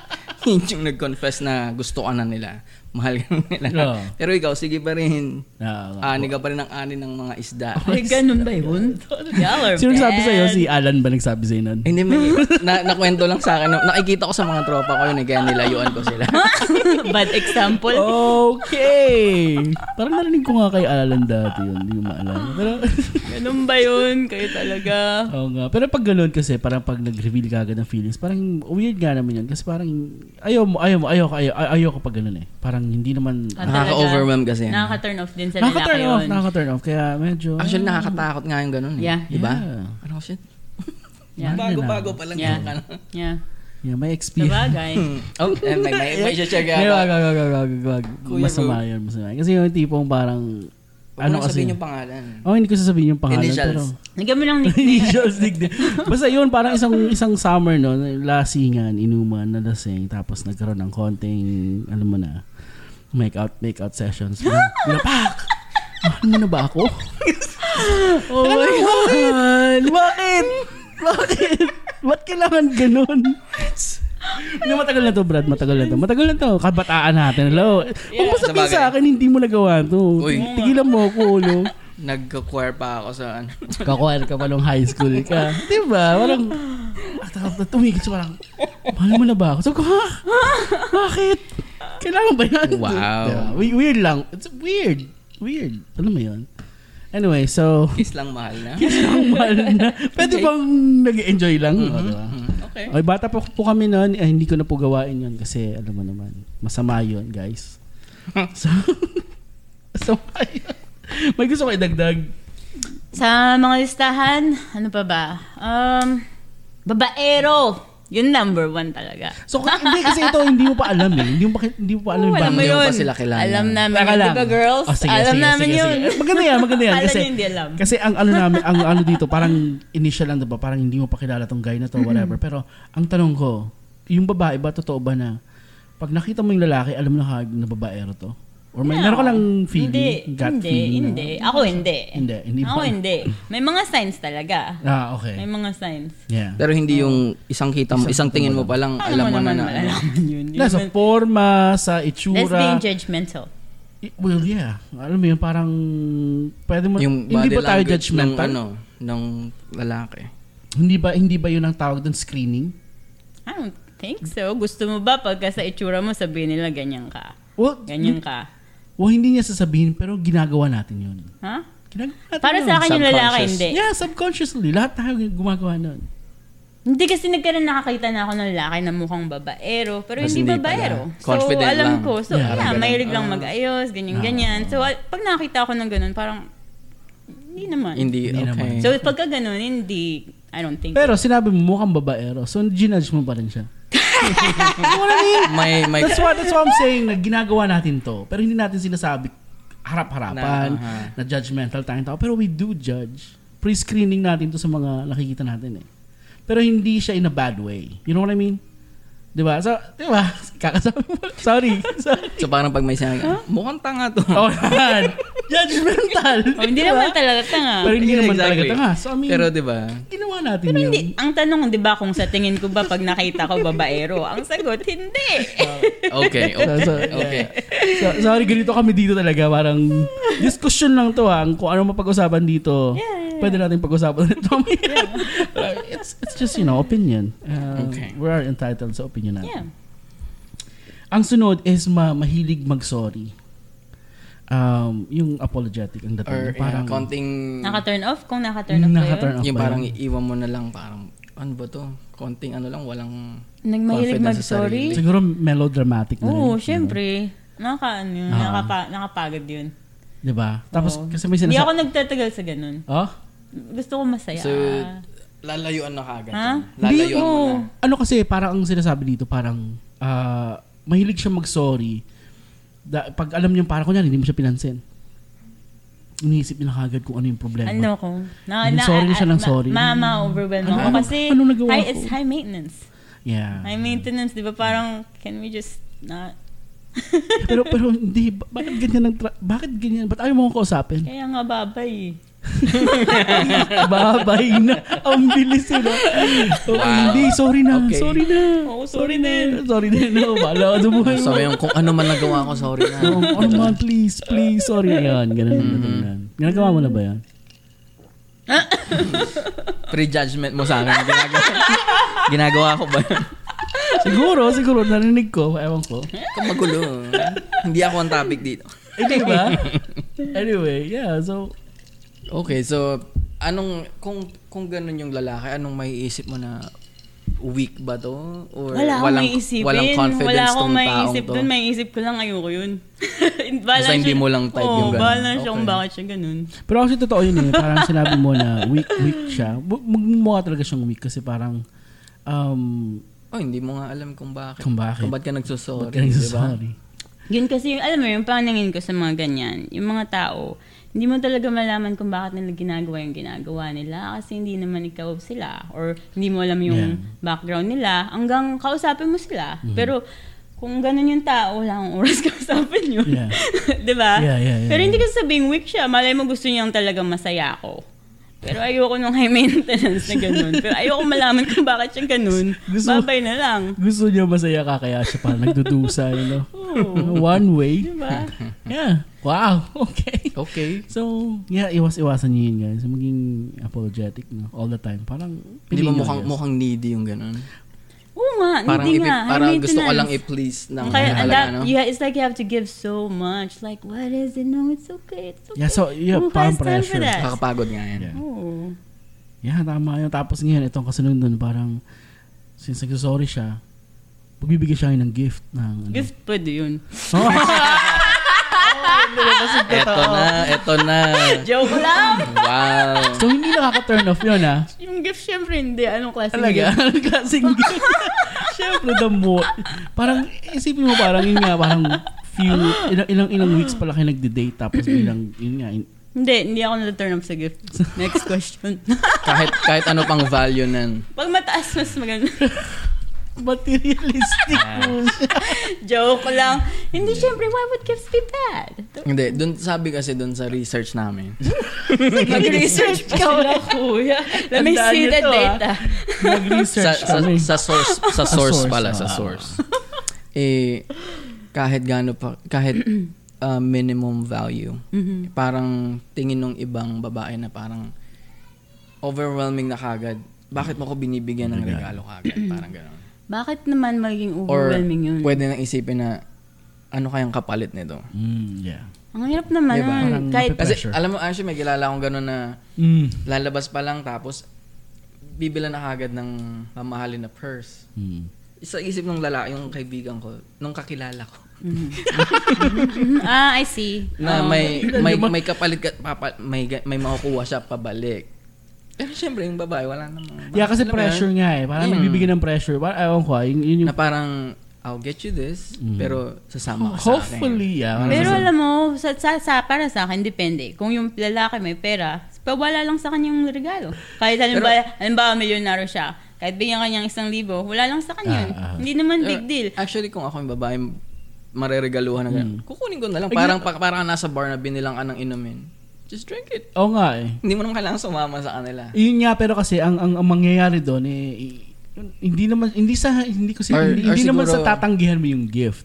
Speaker 4: yun yung nag-confess na gusto ka na nila. Mahal ka na nila.
Speaker 2: Oo.
Speaker 4: Pero ikaw, sige pa rin.
Speaker 2: Ah, ah.
Speaker 4: Ani ka pa rin ang ani ng mga isda.
Speaker 2: Oh
Speaker 3: Ay, ganun ba yun? Y'all are
Speaker 2: Sino nagsabi
Speaker 3: bad.
Speaker 2: sa'yo? Si Alan ba nagsabi sa'yo nun?
Speaker 4: Ah, Hindi, may, na, nakwento lang sa akin. Nakikita ko sa mga tropa ko yun, eh, kaya nilayuan ko sila.
Speaker 3: Bad example.
Speaker 2: Oh. Okay. Parang narinig ko nga kay Alan dati yun. Hindi ko maalala. Pero,
Speaker 3: Ganun ba yun? Kayo talaga.
Speaker 2: oo nga. Pero pag ganun kasi, parang pag nag-reveal ka agad ng feelings, parang weird nga naman yun. Kasi parang, ayaw mo, ayaw mo, ayaw ka, ayaw, ayaw ka pag ganun eh. Parang hindi naman,
Speaker 3: Ah, talaga.
Speaker 4: Nakaka-overwhelm kasi. yan.
Speaker 3: Nakaka-turn off din sa lalaki
Speaker 2: nakaka-turn off,
Speaker 3: yun.
Speaker 2: nakaka-turn off. Kaya medyo,
Speaker 4: Actually, nakakatakot nga yung ganun eh.
Speaker 3: Yeah.
Speaker 4: Di ba?
Speaker 2: Yeah.
Speaker 4: Ano shit?
Speaker 3: Yeah.
Speaker 4: Bago-bago pa lang
Speaker 3: Yeah.
Speaker 4: yung ano.
Speaker 3: Yeah.
Speaker 2: yeah, may experience.
Speaker 3: Diba? Sabagay.
Speaker 4: Oh, eh, may, may, may check
Speaker 2: Hindi, wag, wag,
Speaker 4: ako.
Speaker 2: wag, wag, wag, wag. Masama yun, masama yun. Kasi yung tipong parang,
Speaker 4: Huwag
Speaker 2: Ano
Speaker 4: ano
Speaker 2: kasi?
Speaker 4: sabihin yung pangalan.
Speaker 2: Oh, hindi ko sasabihin yung pangalan.
Speaker 4: Initials.
Speaker 2: Pero,
Speaker 3: Lagyan mo lang nickname.
Speaker 2: initials, nickname. Basta yun, parang isang isang summer, no, lasingan, inuman, nalasing, tapos nagkaroon ng konting, ano mo na, make out, make out sessions. Pinapak! Mahal mo na ba ako? Ano
Speaker 3: Oh my
Speaker 2: Bakit? Bakit? Bakit? Ba't kailangan ganun? Hindi, matagal na to, Brad. Matagal na to. Matagal na to. Kabataan natin. Hello. Huwag mo sabihin
Speaker 4: Sabagay.
Speaker 2: sa akin, hindi mo nagawa to.
Speaker 4: Uy.
Speaker 2: Tigilan mo ako, ulo.
Speaker 4: Nag-choir pa ako sa ano.
Speaker 2: Kakuha ka pa nung high school ka. Di ba? Walang... At tapos tumigil siya parang, mahal mo na ba ako? Sabi ko, ha? Bakit? Kailangan ba yan?
Speaker 4: Wow.
Speaker 2: Di ba? We- weird lang. It's weird. Weird. Ano mo yun? Anyway, so...
Speaker 4: Kiss lang mahal na.
Speaker 2: Isang mahal na. Pwede bang nag-enjoy lang? O, diba?
Speaker 4: Okay.
Speaker 2: Ay, bata po, po kami noon, eh, hindi ko na po gawain yun kasi alam mo naman, masama yun, guys. so, masama yun. May gusto ko idagdag.
Speaker 3: Sa mga listahan, ano pa ba? Um, babaero. Yun number one talaga.
Speaker 2: So, k- hindi kasi ito, hindi mo pa alam eh. Hindi mo pa, hindi mo pa alam
Speaker 3: Oo,
Speaker 2: yung
Speaker 3: alam mo
Speaker 2: bangyo.
Speaker 4: Hindi mo
Speaker 3: yun.
Speaker 4: pa sila kilala.
Speaker 3: Alam namin
Speaker 2: Teka
Speaker 3: yun.
Speaker 2: lang.
Speaker 3: Di ba, girls?
Speaker 2: Oh, sige,
Speaker 3: alam
Speaker 2: sige,
Speaker 3: namin
Speaker 2: sige,
Speaker 3: yun.
Speaker 2: sige. Maganda yan, maganda yan.
Speaker 3: Akala
Speaker 2: Kasi-
Speaker 3: niyo hindi alam.
Speaker 2: Kasi ang ano namin, ang ano dito, parang initial lang, diba? Parang hindi mo pa kilala tong guy na to, whatever. Pero, ang tanong ko, yung babae ba, totoo ba na, pag nakita mo yung lalaki, alam mo na kag na babaero to? Or may,
Speaker 3: No.
Speaker 2: meron ka lang feeling,
Speaker 3: Hindi,
Speaker 2: gut
Speaker 3: hindi,
Speaker 2: feeling
Speaker 3: hindi.
Speaker 2: na.
Speaker 3: Ako hindi.
Speaker 2: Hindi, hindi
Speaker 3: Ako
Speaker 2: ba?
Speaker 3: hindi. May mga signs talaga. May
Speaker 2: Ah, okay.
Speaker 3: mga signs.
Speaker 2: Yeah.
Speaker 4: Pero hindi yung isang kita mo, isang tingin mo pa lang,
Speaker 3: Paano
Speaker 4: alam mo na
Speaker 3: naman
Speaker 4: na. ano,
Speaker 3: malalaman yun?
Speaker 2: Na, sa forma, sa itsura.
Speaker 3: Let's being judgmental.
Speaker 2: I- Well, yeah. Alam mo yun, parang pwede mo,
Speaker 4: Yung
Speaker 2: hindi
Speaker 4: body
Speaker 2: ba tayo
Speaker 4: language ng,
Speaker 2: judgmental?
Speaker 4: ano, ng lalaki.
Speaker 2: Hindi ba hindi ba yun ang tawag doon screening?
Speaker 3: I don't think so. Gusto mo ba pagka sa itsura mo sabihin nila ganyan ka?
Speaker 2: Well,
Speaker 3: Ganyan ka?
Speaker 2: well, hindi niya sasabihin pero ginagawa natin yun.
Speaker 3: Ha?
Speaker 2: Ginagawa natin
Speaker 3: Para
Speaker 2: yun.
Speaker 3: sa akin yung lalaki,
Speaker 4: Subconscious.
Speaker 3: hindi.
Speaker 2: Yeah, subconsciously. Lahat tayo gumagawa nun.
Speaker 3: Hindi kasi nagkaroon nakakita na ako ng lalaki na mukhang babaero, pero
Speaker 4: Mas
Speaker 3: hindi,
Speaker 4: hindi
Speaker 3: babaero.
Speaker 4: pala.
Speaker 3: So,
Speaker 4: Confident lang.
Speaker 3: alam ko. So,
Speaker 2: Yeah, Ah.
Speaker 3: yeah,
Speaker 2: parang
Speaker 3: mahilig lang mag-ayos, ganyan-ganyan. So, al- pag nakakita ako ng ganun, parang, hindi naman.
Speaker 4: Hindi,
Speaker 2: Hindi naman.
Speaker 4: okay.
Speaker 3: So, pagka ganun, hindi, I don't think.
Speaker 2: Pero sinabi mo mukhang babaero. So, ginudge mo pa rin siya. You know what I mean?
Speaker 4: may, may,
Speaker 2: That's what, that's what I'm saying na ginagawa natin to. Pero hindi natin sinasabi harap-harapan,
Speaker 4: Na, aha.
Speaker 2: na, judgmental tayong tao. Pero we do judge. Pre-screening natin to sa mga nakikita natin eh. Pero hindi siya in a bad way. You know what I mean? Di ba? So, di ba? Kakasabi mo. Sorry. Sorry.
Speaker 4: so parang pag may sinabi, "Ah, mukhang tanga to.
Speaker 2: Oh, yan. Judgmental.
Speaker 3: Oh, hindi
Speaker 2: Di ba?
Speaker 3: naman talaga tanga.
Speaker 2: Pero hindi
Speaker 4: Yeah,
Speaker 2: naman
Speaker 4: exactly.
Speaker 2: talaga tanga. So, I mean,
Speaker 4: ah. Pero diba? di ba?
Speaker 2: ginawa natin
Speaker 3: Pero
Speaker 2: yun.
Speaker 3: hindi, ang tanong, di ba, kung sa tingin ko ba pag nakita ko babaero? Ang sagot, hindi.
Speaker 2: Um,
Speaker 4: Okay,
Speaker 2: So,
Speaker 4: okay.
Speaker 2: so,
Speaker 4: okay.
Speaker 2: so- sorry, ganito kami dito talaga. Parang discussion lang to ha. Kung ano mapag-usapan dito, pwede natin pag-usapan ulit mamaya. it's, it's just, you know, opinion. Uh,
Speaker 4: Okay.
Speaker 2: We are entitled sa opinion natin.
Speaker 3: yeah.
Speaker 2: Ang sunod is ma- mahilig mag-sorry. Um, yung apologetic ang dating.
Speaker 4: Or
Speaker 2: Yung
Speaker 4: parang Ah, konting,
Speaker 3: Naka-turn off? Kung naka-turn off
Speaker 2: naka-turn off
Speaker 4: yung
Speaker 2: ba
Speaker 4: parang
Speaker 2: yun?
Speaker 4: iiwan mo na lang, parang, ano ba to? Konting ano lang, walang,
Speaker 3: Nagmahilig
Speaker 4: Confidence sa
Speaker 3: mag-sorry?
Speaker 2: Siguro melodramatic na rin.
Speaker 3: Oo,
Speaker 2: di ba?
Speaker 3: syempre. Naka, ano, yun,
Speaker 2: Ah.
Speaker 3: nakapa- nakapagod yun.
Speaker 2: Di ba? Tapos
Speaker 3: Oo.
Speaker 2: kasi may
Speaker 3: Oh. Hindi ako
Speaker 2: sinasabi.
Speaker 3: nagtatagal sa ganun.
Speaker 2: Oh?
Speaker 3: Gusto ko masaya.
Speaker 4: so, lalayuan na kagad.
Speaker 3: Ha?
Speaker 4: yun. Lalayuan mo na.
Speaker 2: Ano kasi, parang ang sinasabi dito, parang ah, mahilig siya mag-sorry. Da- pag alam niya, parang kunyari, hindi mo siya pinansin. Iniisip niya na kagad kung ano yung problema.
Speaker 3: ano ko? Na, ah,
Speaker 2: Hindi, sorry na siya ng sorry.
Speaker 3: Ma, ma-overwhelm
Speaker 2: Ano-
Speaker 3: ako.
Speaker 2: ano-
Speaker 3: kasi
Speaker 2: ano nagawa
Speaker 3: high,
Speaker 2: ko?
Speaker 3: it's high maintenance.
Speaker 2: Yeah.
Speaker 3: High maintenance, di ba parang, can we just not?
Speaker 2: pero pero hindi, ba- bakit ganyan ang tra- bakit ganyan? Ba't ayaw mo akong kausapin?
Speaker 3: Kaya nga babay eh.
Speaker 2: Babay na. Ang bilis eh. no? Oh, Hindi, sorry na.
Speaker 4: Okay.
Speaker 2: Sorry na.
Speaker 4: Hmm.
Speaker 3: Oo, sorry din.
Speaker 2: Sorry na. No, bahala ka sa buhay mo.
Speaker 4: Sabi yung, kung ano man nagawa ko, sorry na.
Speaker 2: Oh, oh man, please, please. Sorry na yun. Ganun na mm Ginagawa mo na ba yan?
Speaker 4: Prejudgment mo sa akin. Ginagawa, ginagawa ko ba? yun?
Speaker 2: Siguro, siguro. Narinig ko. Ewan ko.
Speaker 4: Kung magulo. Hindi ako ang topic dito.
Speaker 2: Eh, di ba? Anyway, yeah. So,
Speaker 4: Okay, so anong kung kung ganun yung lalaki, anong maiisip mo na weak ba to or
Speaker 3: Wala akong
Speaker 4: walang
Speaker 3: may isipin.
Speaker 4: walang
Speaker 3: Wala
Speaker 4: confidence
Speaker 3: akong
Speaker 4: tong
Speaker 3: may
Speaker 4: taong
Speaker 3: isip
Speaker 4: to?
Speaker 3: dun. May isip ko lang, ayoko yun.
Speaker 4: Basta hindi mo lang type
Speaker 3: ganun.
Speaker 4: yung ganun.
Speaker 3: Oo, bahala siya kung
Speaker 4: Okay.
Speaker 3: bakit siya ganun.
Speaker 2: pero actually totoo yun eh. Parang sinabi mo na weak, weak siya. Bu- Magmumukha talaga siyang weak kasi parang, um,
Speaker 4: Oh, hindi mo nga alam kung bakit.
Speaker 2: Kung bakit.
Speaker 4: ba't ka nagsusorry,
Speaker 2: ganun
Speaker 4: di ba?
Speaker 2: sorry.
Speaker 3: Yun kasi, alam mo, yung paningin ko sa mga ganyan, yung mga tao, hindi mo talaga malaman kung bakit nila ginagawa yung ginagawa nila kasi hindi naman ikaw sila or hindi mo alam yung
Speaker 2: Yeah. Mm-hmm.
Speaker 3: background nila hanggang kausapin mo sila. Pero kung ganun yung tao, wala kang oras kausapin yun.
Speaker 2: Yeah.
Speaker 3: 'Di ba?
Speaker 2: Yeah, yeah, yeah,
Speaker 3: Pero hindi
Speaker 2: yeah.
Speaker 3: kasi sabing weak siya. Malay mo gusto niyang talaga masaya ako. Pero ayoko nung high maintenance na ganun. Pero ayoko malaman kung bakit siya ganun.
Speaker 2: Gusto-
Speaker 3: Babay na lang.
Speaker 2: Gusto niya masaya ka kaya siya parang nagdudusa, you know? One way.
Speaker 3: Diba?
Speaker 2: Yeah. Wow. Okay.
Speaker 4: Okay.
Speaker 2: So, yeah, iwas-iwasan niyo yun, guys. Maging apologetic, no? All the time. Parang,
Speaker 4: Hindi ba
Speaker 2: piliin niyo,
Speaker 4: mukhang,
Speaker 2: guys.
Speaker 4: mukhang needy yung ganun?
Speaker 3: Oo nga,
Speaker 4: Parang,
Speaker 3: hindi
Speaker 4: ipi-
Speaker 3: nga. high
Speaker 4: parang gusto ko
Speaker 3: maintenance.
Speaker 4: lang i-please ng
Speaker 3: Kaya, and
Speaker 4: halaga,
Speaker 3: that,
Speaker 4: no?
Speaker 3: yeah, it's like you have to give so much. Like, what is it? No, it's okay. It's okay.
Speaker 2: Yeah, so, yeah,
Speaker 3: Who has time
Speaker 2: parang
Speaker 3: for
Speaker 2: pressure.
Speaker 3: that? Oh.
Speaker 4: Nakakapagod nga yan.
Speaker 2: Yeah.
Speaker 3: Oo.
Speaker 2: Yeah, tama yun. Tapos ngayon, itong kasunod nun, parang, since nagsasorry siya, pagbibigay siya ngayon ng gift ng, ano,
Speaker 3: Gift pwede yun.
Speaker 4: Eto na, eto na.
Speaker 3: Joke lang.
Speaker 4: Wow.
Speaker 2: So, hindi nakaka-turn off yun, ha?
Speaker 3: yung gift, syempre hindi. Anong klase ng
Speaker 2: Talaga?
Speaker 3: gift?
Speaker 2: Klaseng gift. Siyempre, the more. Parang, isipin mo parang yun nga, parang few, ilang, ilang, ilang weeks pala kayo nagde-date tapos bilang, yun nga, in-
Speaker 3: Hindi, hindi ako na-turn off sa gift. Next question.
Speaker 4: kahit, kahit ano pang value nan.
Speaker 3: Pag mataas, mas maganda.
Speaker 2: materialistic
Speaker 4: Ah.
Speaker 2: mo siya.
Speaker 3: Joke lang. Hindi, syempre, why would gifts be bad?
Speaker 4: Hindi, dun, sabi kasi dun sa research namin.
Speaker 3: Mag-research pa sila, kuya. Let me
Speaker 2: Tandaan
Speaker 3: see
Speaker 2: niyo
Speaker 3: the
Speaker 2: to, ah.
Speaker 3: data.
Speaker 4: sa,
Speaker 2: Nag-research
Speaker 4: sa,
Speaker 2: kami.
Speaker 4: sa source sa source
Speaker 2: source,
Speaker 4: pala sa
Speaker 2: ah.
Speaker 4: source eh kahit gaano pa kahit uh, minimum value Mm-hmm. parang tingin ng ibang babae na parang overwhelming na kagad bakit mo ko binibigyan ng regalo kagad parang gano'n
Speaker 3: Bakit naman magiging
Speaker 4: or
Speaker 3: overwhelming yun?
Speaker 4: pwede nang isipin na ano kayang kapalit nito
Speaker 2: Mm, yeah.
Speaker 3: Ang hirap naman
Speaker 4: Diba?
Speaker 3: nun.
Speaker 2: Parang
Speaker 3: Kahit,
Speaker 2: nape-
Speaker 4: kasi
Speaker 2: Pressure.
Speaker 4: alam mo actually may kilala akong gano'n na
Speaker 2: Mm.
Speaker 4: lalabas pa lang tapos bibilan na kagad ng mamahalin na purse
Speaker 2: Mm.
Speaker 4: sa isip ng lalaki, yung kaibigan ko, nung kakilala ko,
Speaker 2: Mm.
Speaker 3: ah, I see.
Speaker 4: na
Speaker 3: Oo.
Speaker 4: may may may kapalit ka, papa, may ga- may makukuha siya pabalik. Pero siyempre yung babae wala namang.
Speaker 2: Yeah, kasi
Speaker 4: Alam mo
Speaker 2: pressure
Speaker 4: yun? Mm.
Speaker 2: nga eh. Parang nagbibigay ng pressure. Parang, ewan ko, ah, yun, yun yung Mm.
Speaker 4: Na parang I'll get you this, pero sasama ka sa akin.
Speaker 2: Hopefully, yeah. parang
Speaker 3: Pero
Speaker 2: sa-
Speaker 3: alam mo, sa, sa, sa, para sa akin, depende. Kung yung lalaki may pera, pawala lang sa kanya yung regalo. Kahit halimbawa, halimbawa milyonaryo siya, kahit bigyan kanya ng isang libo, wala lang sa kanya. yun.
Speaker 2: Ah, ah.
Speaker 3: Hindi naman big deal.
Speaker 4: Actually kung ako yung babae mareregaluhan ng
Speaker 2: Mm.
Speaker 4: ganun. Kukunin ko na lang parang pa- parang nasa bar na binilang ka ng inumin. Just drink it.
Speaker 2: Oo nga eh.
Speaker 4: Hindi mo naman kailangan sumama sa kanila.
Speaker 2: Yun nga pero kasi ang ang, ang mangyayari doon eh i- hindi naman hindi sa hindi ko si-
Speaker 4: Or-
Speaker 2: hindi,
Speaker 4: or
Speaker 2: hindi naman sa
Speaker 4: siguro-
Speaker 2: tatanggihan mo yung gift.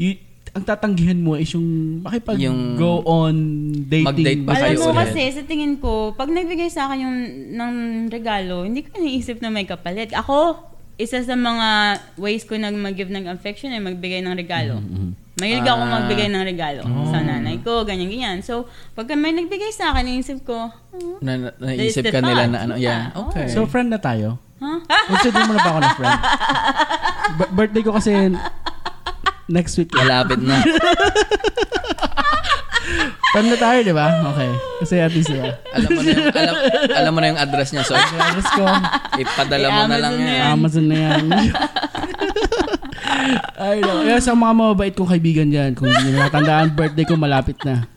Speaker 2: Y- ang tatanggihan mo is yung makipag
Speaker 4: Yung-
Speaker 2: go on dating.
Speaker 4: Mag-date ba
Speaker 2: Basta
Speaker 4: kayo
Speaker 3: Alam mo
Speaker 4: ulit?
Speaker 2: yun.
Speaker 3: kasi, sa tingin ko, pag nagbigay sa akin yung ng regalo, hindi ko naisip na may kapalit. Ako, isa sa mga ways ko na mag-give ng affection ay magbigay ng regalo.
Speaker 2: Mm,
Speaker 3: Mahilig ako
Speaker 4: Ah.
Speaker 3: magbigay ng regalo sa
Speaker 2: Oh.
Speaker 3: nanay ko, ganyan-ganyan. So, pagka may nagbigay sa akin, naisip ko, "Oh,
Speaker 4: Na, na-
Speaker 3: That's
Speaker 4: naisip
Speaker 3: the
Speaker 4: ka nila
Speaker 3: thought.
Speaker 4: na ano, yeah,
Speaker 3: Yeah,
Speaker 4: okay.
Speaker 2: Ah, So friend na tayo.
Speaker 3: Huh?
Speaker 2: Consider mo na ba ako na friend? B- birthday ko kasi next week.
Speaker 4: Malapit na.
Speaker 2: Friend na tayo, di ba? Okay. Kasi at least, di ba?
Speaker 4: alam mo na yung, alam, alam mo na yung address niya. So,
Speaker 2: Address ko.
Speaker 4: ipadala mo na
Speaker 3: I-Amazon
Speaker 4: lang
Speaker 3: na
Speaker 4: yan.
Speaker 2: Amazon na yan. Ay, no. Kaya sa mga mababait kong kaibigan dyan, kung hindi nyo natandaan, birthday ko malapit na.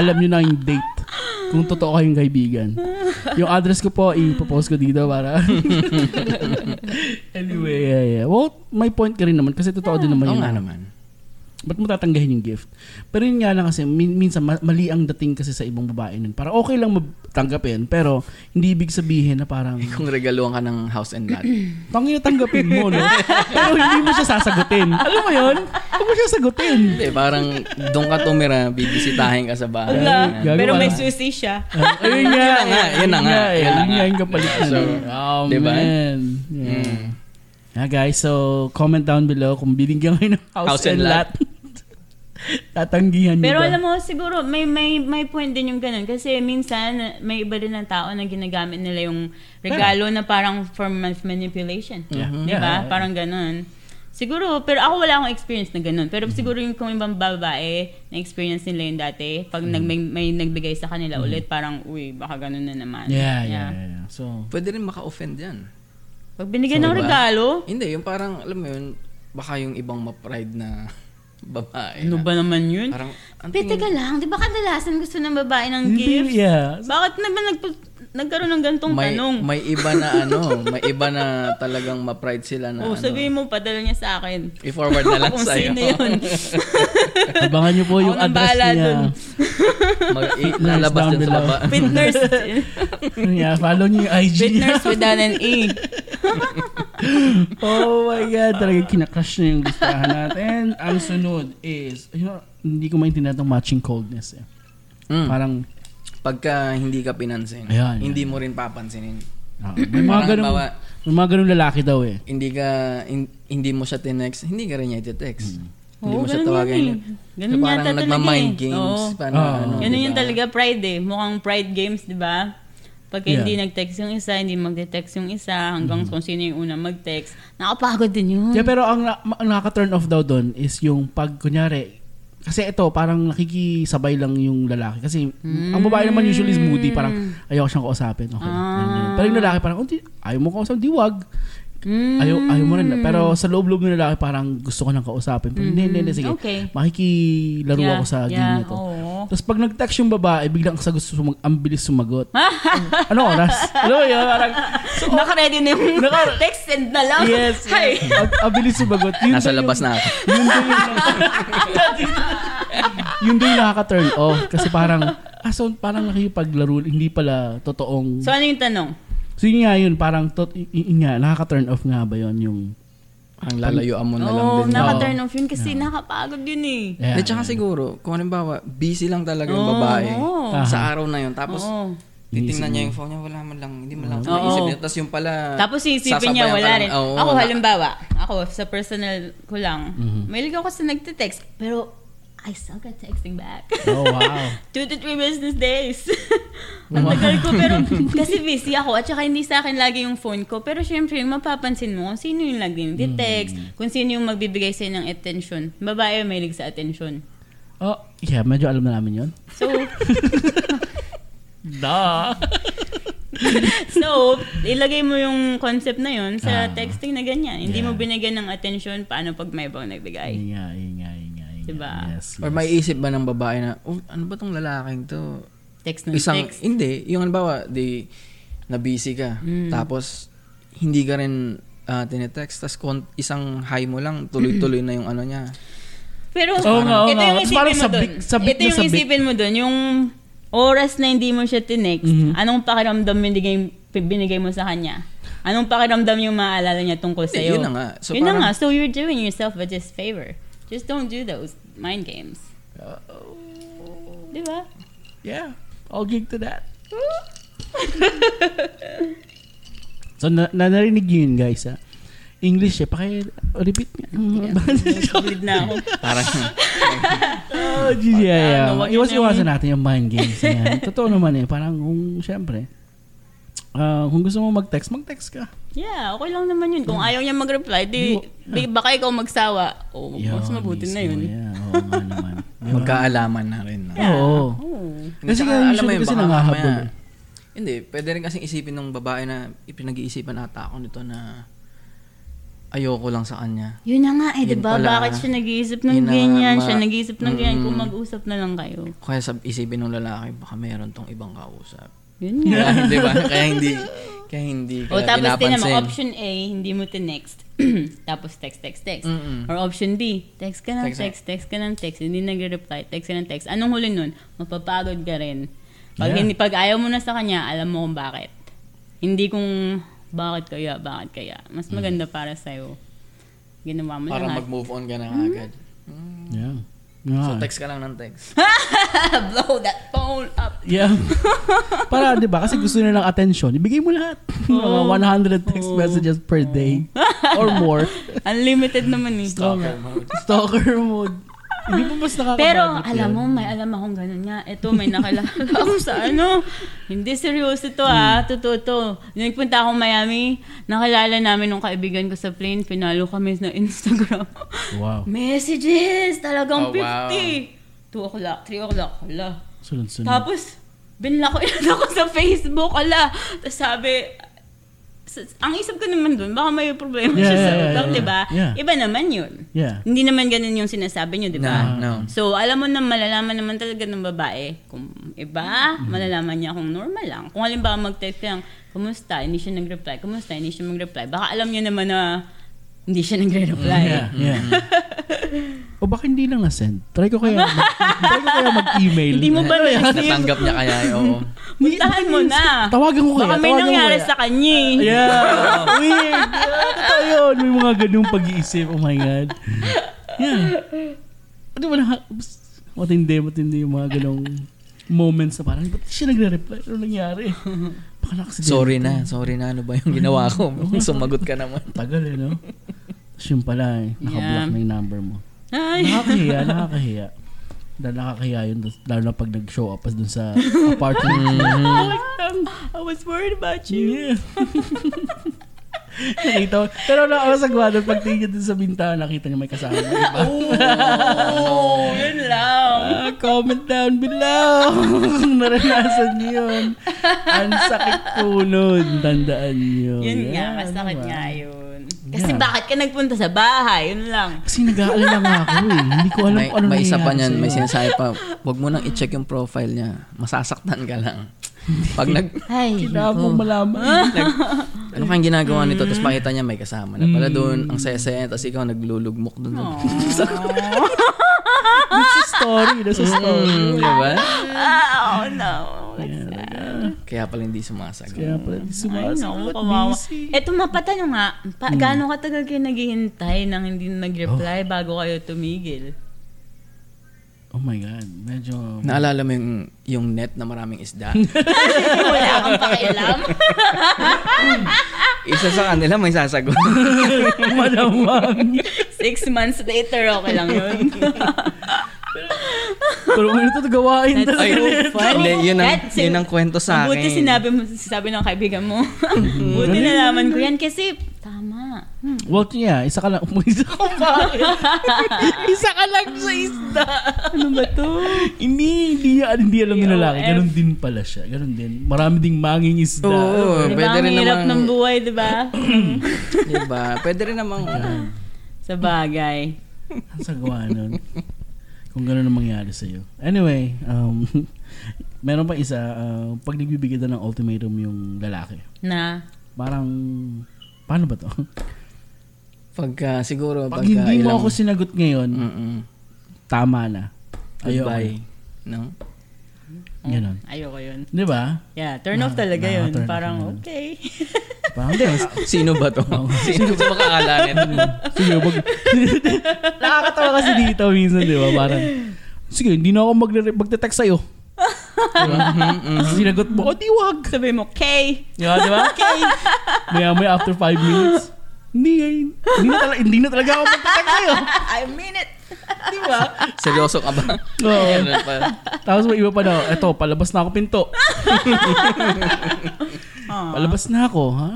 Speaker 2: Alam nyo na yung date. Kung totoo kayong kaibigan. Yung address ko po, ipopost ko dito para... anyway, yeah, yeah. Well, may point ka rin naman kasi totoo din naman
Speaker 4: Oo
Speaker 2: yun.
Speaker 4: nga naman.
Speaker 2: Ba't mo tatanggahin yung gift? Pero yun nga lang kasi, min- minsan ma- mali ang dating kasi sa ibang babae nun. Para okay lang matanggapin, pero hindi ibig sabihin na parang...
Speaker 4: Kung regaluhan ka ng house and lot.
Speaker 2: Tangina tanggapin mo, no? Pero hindi mo siya sasagutin. Alam mo yun? Huwag mo siya sagutin.
Speaker 4: Hindi, parang doon ka tumira, bibisitahin ka sa bahay.
Speaker 3: Wala.
Speaker 2: Gago
Speaker 3: Pero
Speaker 2: ka
Speaker 3: may
Speaker 2: na.
Speaker 3: susi siya.
Speaker 2: Ah, Ayun nga.
Speaker 4: Yun na nga, yun na nga,
Speaker 2: eh.
Speaker 4: yun na
Speaker 2: Yun nga
Speaker 4: nga.
Speaker 2: yung kapalit na.
Speaker 4: So,
Speaker 2: oh,
Speaker 4: diba?
Speaker 2: man. Yeah. Yeah, guys. So, comment down below kung binigyan kayo ng house,
Speaker 4: House
Speaker 2: and
Speaker 4: and
Speaker 2: lot. Tatanggihan niyo
Speaker 3: Pero
Speaker 2: ba?
Speaker 3: alam mo, siguro may, may, may point din yung ganun. Kasi minsan, may iba din ng tao na ginagamit nila yung regalo na parang for ma- manipulation.
Speaker 2: Yeah.
Speaker 3: Di ba? Parang ganun. Siguro, pero ako wala akong experience na ganun. Pero siguro yung kung ibang babae, na-experience nila yun dati. Pag
Speaker 2: Hmm.
Speaker 3: nag, may, may nagbigay sa kanila ulit, parang, uy, baka ganun na naman.
Speaker 2: Yeah, yeah, yeah, yeah. So,
Speaker 4: Pwede rin maka-offend yan.
Speaker 3: Pag binigyan ng regalo,
Speaker 4: Hindi, yung parang, alam mo yun, baka yung ibang ma-pride na babae.
Speaker 3: Ano
Speaker 4: na-
Speaker 3: ba naman yun?
Speaker 4: Parang, ang
Speaker 3: Pwede
Speaker 4: tingin,
Speaker 3: ka lang. Di ba kadalasan gusto ng babae ng
Speaker 2: Hindi,
Speaker 3: gifts?
Speaker 2: yeah.
Speaker 3: Bakit naman nagpa- nagkaroon ng gantong
Speaker 4: may,
Speaker 3: tanong?
Speaker 4: may iba na ano, may iba na talagang ma-pride sila na
Speaker 3: oh,
Speaker 4: ano,
Speaker 3: sabihin mo, padala niya sa akin.
Speaker 4: i-forward na lang
Speaker 3: Kung
Speaker 4: sa'yo.
Speaker 3: sino yun.
Speaker 2: Abangan niyo po
Speaker 3: Ako
Speaker 2: yung
Speaker 3: nang
Speaker 2: address
Speaker 3: bahala
Speaker 2: niya.
Speaker 3: dun.
Speaker 4: Mag- i- lalabas
Speaker 2: down
Speaker 4: din sa
Speaker 2: below.
Speaker 4: baba.
Speaker 3: Fitness.
Speaker 2: yeah, follow niyo yung IG niya.
Speaker 3: Fitness with an E.
Speaker 2: Oh my God, talaga kinakrush na yung listahan natin. Ang sunod is, you know, hindi ko maintindihan itong matching coldness eh.
Speaker 4: Mm.
Speaker 2: Parang,
Speaker 4: Pagka hindi ka pinansin,
Speaker 2: Ayan,
Speaker 4: hindi mo rin papansinin.
Speaker 2: ah, may mga
Speaker 4: Parang
Speaker 2: ganun,
Speaker 4: bawa-
Speaker 2: may mga ganun lalaki daw eh.
Speaker 4: Hindi ka hin- hindi mo siya tinext, hindi ka rin niya itext.
Speaker 2: Hmm.
Speaker 4: Hindi
Speaker 3: Oo,
Speaker 4: mo siya
Speaker 3: ganun
Speaker 4: tawagan.
Speaker 3: yun eh.
Speaker 4: yun.
Speaker 3: Ganun
Speaker 4: parang
Speaker 3: yata talaga
Speaker 4: nagma-mind
Speaker 3: eh.
Speaker 4: games.
Speaker 3: Oo.
Speaker 4: Paano,
Speaker 2: Oo.
Speaker 4: ano,
Speaker 3: Ganun yun
Speaker 4: diba?
Speaker 3: talaga pride eh. Mukhang pride games, di ba? Pagka
Speaker 2: Yeah. Mm-hmm.
Speaker 3: hindi nag-text yung isa, hindi mag-text yung isa, hanggang kung sino yung unang mag-text. Nakapagod din yun.
Speaker 2: Yeah, pero ang, na- ang nakaka-turn off daw doon is yung pag, kunyari, kasi ito, parang nakikisabay lang yung lalaki. Kasi
Speaker 3: Mm.
Speaker 2: ang babae naman usually is moody. Parang ayoko siyang kausapin. Okay. ganun, ganun. Pero yung lalaki parang, oh, di, ayaw mo kausapin, di wag.
Speaker 3: Mm.
Speaker 2: Ayaw, ayaw mo rin. Pero sa loob-loob ng lalaki, parang gusto ko nang kausapin. Pero, Hindi, hindi, hindi, sige.
Speaker 3: Mm-hmm. Okay.
Speaker 2: Makikilaro
Speaker 3: Yeah,
Speaker 2: ako sa game
Speaker 3: yeah,
Speaker 2: na to.
Speaker 3: oo.
Speaker 2: Tapos pag nag-text yung babae, biglang sa gusto sumag- ang bilis sumagot. ano oras? Ano yun? Parang,
Speaker 3: Nakaready na yung text send na lang.
Speaker 2: yes.
Speaker 3: Hi.
Speaker 2: Ang, ang bilis sumagot. Yun daw
Speaker 4: Nasa
Speaker 2: yung-
Speaker 4: labas na ako.
Speaker 2: Yun daw yung yun daw yung nakaka-turn off. Kasi parang, ah, so parang nakikipaglaro, hindi pala totoong
Speaker 3: So ano yung tanong?
Speaker 2: So yun nga yun, parang tot, y- y- yun nga, nakaka-turn off nga ba yun yung...
Speaker 4: Ang lalayuan mo na lang
Speaker 3: Oo, oh,
Speaker 4: din.
Speaker 3: naka-turn off yun kasi nakapagod yun eh.
Speaker 2: Yeah.
Speaker 4: At saka siguro, kung halimbawa, busy lang talaga yung babae
Speaker 3: oo.
Speaker 4: sa araw na yun. Tapos,
Speaker 3: Oo.
Speaker 4: titingnan niya yung phone niya, wala man lang, hindi mo
Speaker 3: Oo.
Speaker 4: lang naisip niya. Tapos yung pala,
Speaker 3: Tapos isipin niya,
Speaker 4: Ah, sasabayan ka
Speaker 3: wala
Speaker 4: lang.
Speaker 3: rin.
Speaker 4: Oo,
Speaker 3: ako,
Speaker 4: wala. Mhm.
Speaker 3: halimbawa, ako, sa personal ko lang, mahilig ako sa nagte-text, pero I suck at texting back.
Speaker 2: Oh, wow.
Speaker 3: Two to three business days. Ang tagal ko, pero kasi busy ako, at saka hindi sa akin lagi yung phone ko, pero syempre, yung mapapansin mo kung sino yung lagi nagte-text,
Speaker 4: Mhm.
Speaker 3: kung sino yung magbibigay sa'yo ng attention. Babae, mahilig sa attention.
Speaker 2: Oh, yeah, medyo alam na namin yun.
Speaker 3: So,
Speaker 2: Da.
Speaker 3: so, ilagay mo yung concept na yun sa
Speaker 2: Ah.
Speaker 3: texting na ganyan. Hindi
Speaker 2: Yeah.
Speaker 3: mo binigyan ng attention, paano pag may ibang nagbigay?
Speaker 2: Yun nga, yun nga, yun nga, yun nga.
Speaker 3: Diba?
Speaker 2: Yes, yes.
Speaker 4: Or may isip ba ng babae na, oh, ano ba tong lalaking to?
Speaker 3: Text ng
Speaker 4: Isang,
Speaker 3: text.
Speaker 4: hindi. Yung halimbawa, di, na-busy ka.
Speaker 3: Hmm.
Speaker 4: Tapos, hindi ka rin uh, tinetext. Tapos, kon- isang hi mo lang, tuloy-tuloy na yung ano niya.
Speaker 3: Pero
Speaker 2: Oo nga, oo
Speaker 3: ito
Speaker 2: nga.
Speaker 3: yung
Speaker 2: Mas
Speaker 3: isipin
Speaker 2: parang
Speaker 3: mo
Speaker 2: sabik-
Speaker 3: dun.
Speaker 2: sabik
Speaker 3: ito
Speaker 2: na
Speaker 3: yung
Speaker 2: sabik.
Speaker 3: isipin mo dun. Yung oras na hindi mo siya tinext,
Speaker 2: Mhm.
Speaker 3: anong pakiramdam binigay, binigay mo sa kanya? Anong pakiramdam yung maaalala niya tungkol
Speaker 4: Hindi,
Speaker 3: sa'yo?
Speaker 4: yun na nga. So,
Speaker 3: yun
Speaker 4: parang-
Speaker 3: na nga. So you're doing yourself a disfavor. Just don't do those mind games. Di ba?
Speaker 2: Yeah, I'll gig to that. so, na, na narinig niyo yun, guys, ha? English, eh. Paki-repeat nga.
Speaker 3: Nagsablid na ako.
Speaker 4: Parang,
Speaker 2: Oh, yeah, yeah.
Speaker 3: Ano, wag yun
Speaker 2: Iwas-iwasan natin yung mind games na yan. Totoo naman eh. Parang kung, syempre, ah, kung gusto mo mag-text, mag-text ka.
Speaker 3: Yeah, okay lang naman yun. Kung ayaw niya mag-reply, di, di baka ikaw magsawa. O, mas
Speaker 2: Yun,
Speaker 3: mabuti na
Speaker 2: mismo,
Speaker 3: yun.
Speaker 2: Yeah, oo nga naman. Di ba?
Speaker 4: magkaalaman na rin. No?
Speaker 2: Oo.
Speaker 3: Oo.
Speaker 2: Hmm. Kasi
Speaker 4: Tsaka,
Speaker 2: nga,
Speaker 4: alam
Speaker 2: usually
Speaker 4: mo yun,
Speaker 2: kasi
Speaker 4: baka
Speaker 2: nangahabol
Speaker 4: mamaya-
Speaker 2: eh.
Speaker 4: Hindi, pwede rin kasing isipin ng babae na ipinag-iisipan ata ako nito na ayoko lang sa kanya.
Speaker 3: Yun na nga eh,
Speaker 4: Yun
Speaker 3: di ba?
Speaker 4: pala.
Speaker 3: Bakit siya nag-iisip ng
Speaker 4: Yun na nga,
Speaker 3: ganyan?
Speaker 4: ma-
Speaker 3: Siya nag-iisip ng ganyan. Kung
Speaker 4: Mm.
Speaker 3: mag-usap na lang kayo.
Speaker 4: Kaya sab isipin ng lalaki, baka meron tong ibang kausap.
Speaker 3: Yun nga.
Speaker 4: Kaya hindi ba? Kaya hindi, kaya hindi ka
Speaker 3: o tapos din naman,
Speaker 4: pinapansin.
Speaker 3: option A, hindi mo tinext. tapos text, text, text.
Speaker 4: Mm-mm.
Speaker 3: Or option B, text ka ng
Speaker 4: Text na.
Speaker 3: text, text ka ng text, hindi nagre-reply, text ka ng text. Anong huli nun? Mapapagod ka rin. Pag,
Speaker 2: Yeah.
Speaker 3: hindi, pag ayaw mo na sa kanya, alam mo kung bakit. Hindi kung bakit kaya, bakit kaya.
Speaker 4: Mm.
Speaker 3: Mas maganda para sa'yo. Ginawa mo
Speaker 4: Parang
Speaker 3: lahat.
Speaker 4: mag-move on ka na agad.
Speaker 3: Hmm.
Speaker 2: Yeah. Yeah.
Speaker 4: So text ka lang ng text.
Speaker 2: Ah.
Speaker 3: Blow that phone up.
Speaker 2: Yeah. Para, di ba? Kasi gusto nila ng attention. Ibigay mo lahat. Mga 100 text messages per day. Or more.
Speaker 3: Unlimited naman eh.
Speaker 2: Stalker mode. Stalker mode. Hindi pa mas nakakabagit
Speaker 3: Pero
Speaker 2: yun.
Speaker 3: alam mo, may alam akong ganun nga. Ito, may nakalala ako sa ano. Hindi seryoso to
Speaker 2: Hmm.
Speaker 3: ah. Totoo to. Nung Nagpunta ako Miami, nakalala namin nung kaibigan ko sa plane. Pinalo kami na Instagram.
Speaker 2: Wow.
Speaker 3: Messages! Talagang
Speaker 4: Oh, wow.
Speaker 3: 50! 2 o'clock, 3 o'clock. Hala.
Speaker 2: Sunod-sunod.
Speaker 3: Tapos, binlock ko yun ako sa Facebook. Ala. Tapos sabi, s- ang isip ko naman dun, baka may problema
Speaker 2: Yeah,
Speaker 3: siya sa
Speaker 2: yeah, yeah,
Speaker 3: utak,
Speaker 2: yeah.
Speaker 3: di ba?
Speaker 2: Yeah.
Speaker 3: Iba naman yun.
Speaker 2: Yeah.
Speaker 3: Hindi naman ganun yung sinasabi diba? nyo, di
Speaker 2: Ah.
Speaker 3: ba?
Speaker 4: No, no.
Speaker 3: So, alam mo na malalaman naman talaga ng babae kung iba, malalaman niya kung normal lang. Kung halimbawa mag-text lang, kumusta, hindi siya nag-reply, kumusta, hindi siya mag-reply. Baka alam niya naman na hindi siya nagre-reply.
Speaker 2: Yeah, yeah. o baka hindi lang na-send. Try ko kaya, try ko kaya mag-email.
Speaker 3: Hindi mo ba na
Speaker 4: Natanggap niya kaya, oo.
Speaker 3: Puntahan mo na.
Speaker 2: Tawagan ko kaya.
Speaker 3: Baka may
Speaker 2: tawagan ko
Speaker 3: nangyari
Speaker 2: kaya.
Speaker 3: sa kanya eh.
Speaker 2: Yeah. Weird. Yeah, Totoo yun. May mga ganung pag-iisip. Oh my God. Yeah. Di ba na, matindi, matindi yung mga ganung moments na parang, ba't siya nagre-reply? Ano nangyari? Baka nakasidente.
Speaker 4: Sorry na, sorry na. Ano ba yung ginawa ko? Sumagot ka naman.
Speaker 2: Tagal eh, no? Tapos yun pala eh. Nakablock
Speaker 3: Yeah.
Speaker 2: na yung number mo. Ah,
Speaker 3: Ay.
Speaker 2: Nakakahiya, nakakahiya. Dahil nakakahiya yun, lalo na pag nag-show up as dun sa apartment.
Speaker 4: Mm.
Speaker 3: um, I was worried about you.
Speaker 2: Yeah. nakita ko. Pero nakakasagwa doon, pagtingin dun sa bintana, nakita niya may kasama. Diba?
Speaker 3: Oh, yun lang.
Speaker 2: Ah, comment down below kung naranasan niyo yun. Ang sakit po nun. Tandaan niyo.
Speaker 3: Yun nga,
Speaker 2: Yan,
Speaker 3: masakit
Speaker 2: diba?
Speaker 3: nga yun. Kasi
Speaker 2: Oh, Yeah.
Speaker 3: bakit ka nagpunta sa bahay? Yun lang.
Speaker 2: Kasi nag-aalala nga ako eh. Hindi ko alam
Speaker 4: May,
Speaker 2: kung ano
Speaker 4: may isa pa
Speaker 2: nangyayari
Speaker 4: niyan, may
Speaker 2: sa'yo.
Speaker 4: sinasabi pa. Huwag mo nang i-check yung profile niya. Masasaktan ka lang. Pag nag...
Speaker 3: Ay,
Speaker 2: Kailangan
Speaker 4: Oh.
Speaker 2: mong malaman.
Speaker 4: Ano kayang ginagawa nito? Tapos
Speaker 2: Hmm.
Speaker 4: makita niya may kasama na pala doon. Ang saya-saya. Tapos ikaw naglulugmok doon.
Speaker 2: It's a story. That's a story.
Speaker 4: Mm, di ba?
Speaker 3: oh no.
Speaker 2: Yeah, talaga.
Speaker 4: Kaya pala hindi sumasagot.
Speaker 2: Kaya pala, di
Speaker 3: Ay, no,
Speaker 2: sumasagot.
Speaker 3: Ano? kawawa.
Speaker 2: Busy.
Speaker 3: Eto, mapatanong nga, pa,
Speaker 2: Hmm.
Speaker 3: gaano katagal kayo naghihintay nang hindi nag-reply bago kayo tumigil?
Speaker 2: Oh my God. Medyo...
Speaker 4: Naalala mo yung, yung net na maraming isda?
Speaker 3: Eh, Wala akong pakialam.
Speaker 4: Isa sa kanila may sasagot.
Speaker 2: Malamang.
Speaker 3: Six months later, okay lang yun.
Speaker 2: Pero ano ito gawain?
Speaker 3: That's
Speaker 4: Ay,
Speaker 3: so funny.
Speaker 4: hindi, yun ang,
Speaker 3: oh, That's
Speaker 4: yun ang kwento sa akin.
Speaker 3: Buti sinabi mo, sinabi ng kaibigan mo.
Speaker 2: Mm-hmm.
Speaker 3: Buti nalaman ko yan kasi, tama. Hmm.
Speaker 2: Well, yeah, isa ka lang. Isa ka isa ka lang sa isda. Ano ba to? hindi, hindi, niya- hindi alam ni lalaki.
Speaker 3: TOF.
Speaker 2: Ganun din pala siya. Ganun din. Marami ding manging isda. Oh,
Speaker 4: Oo,
Speaker 3: Diba,
Speaker 4: pwede
Speaker 3: ang
Speaker 4: rin
Speaker 3: hirap
Speaker 4: namang...
Speaker 3: ng buhay, di ba?
Speaker 4: Diba? Pwede rin namang... ano,
Speaker 3: Sa bagay.
Speaker 2: Ang sagawa nun. Kung ganun ang mangyari sa'yo. Anyway, um, meron pa isa. ah, pag nagbibigay na ng ultimatum yung lalaki,
Speaker 3: Na,
Speaker 2: parang, paano ba to?
Speaker 4: Pagka, ah, siguro,
Speaker 2: Pag
Speaker 4: pagka
Speaker 2: hindi mo
Speaker 4: ilang-
Speaker 2: ako sinagot ngayon,
Speaker 4: Mm-mm.
Speaker 2: tama na. Ayoko.
Speaker 4: Goodbye. No?
Speaker 3: oh,
Speaker 2: Ganun.
Speaker 3: ayoko yun.
Speaker 2: Di ba?
Speaker 3: Yeah, turn off talaga
Speaker 2: na-
Speaker 3: yun.
Speaker 2: turn off
Speaker 3: Parang,
Speaker 2: yun.
Speaker 3: okay.
Speaker 2: Parang, hindi,
Speaker 4: Sino ba to? Sino ba makakala nito?
Speaker 2: Sige, mag... Nakakatawa kasi dito minsan, di ba? Parang, sige, hindi na ako magre- magte-text sa'yo. Tapos sinagot mo, o di wag.
Speaker 3: Sabi mo, okay.
Speaker 2: Di ba? Di ba? Okay. Maya maya after five minutes, hindi, eh, hindi na, talaga, hindi na talaga ako magte-text sa'yo.
Speaker 3: I mean it.
Speaker 2: Di ba?
Speaker 4: Seryoso ka ba?
Speaker 2: Oo.
Speaker 4: Ganun pa.
Speaker 2: Tapos may iba pa daw, eto, palabas na ako pinto.
Speaker 3: Aw.
Speaker 2: Palabas na ako, ha?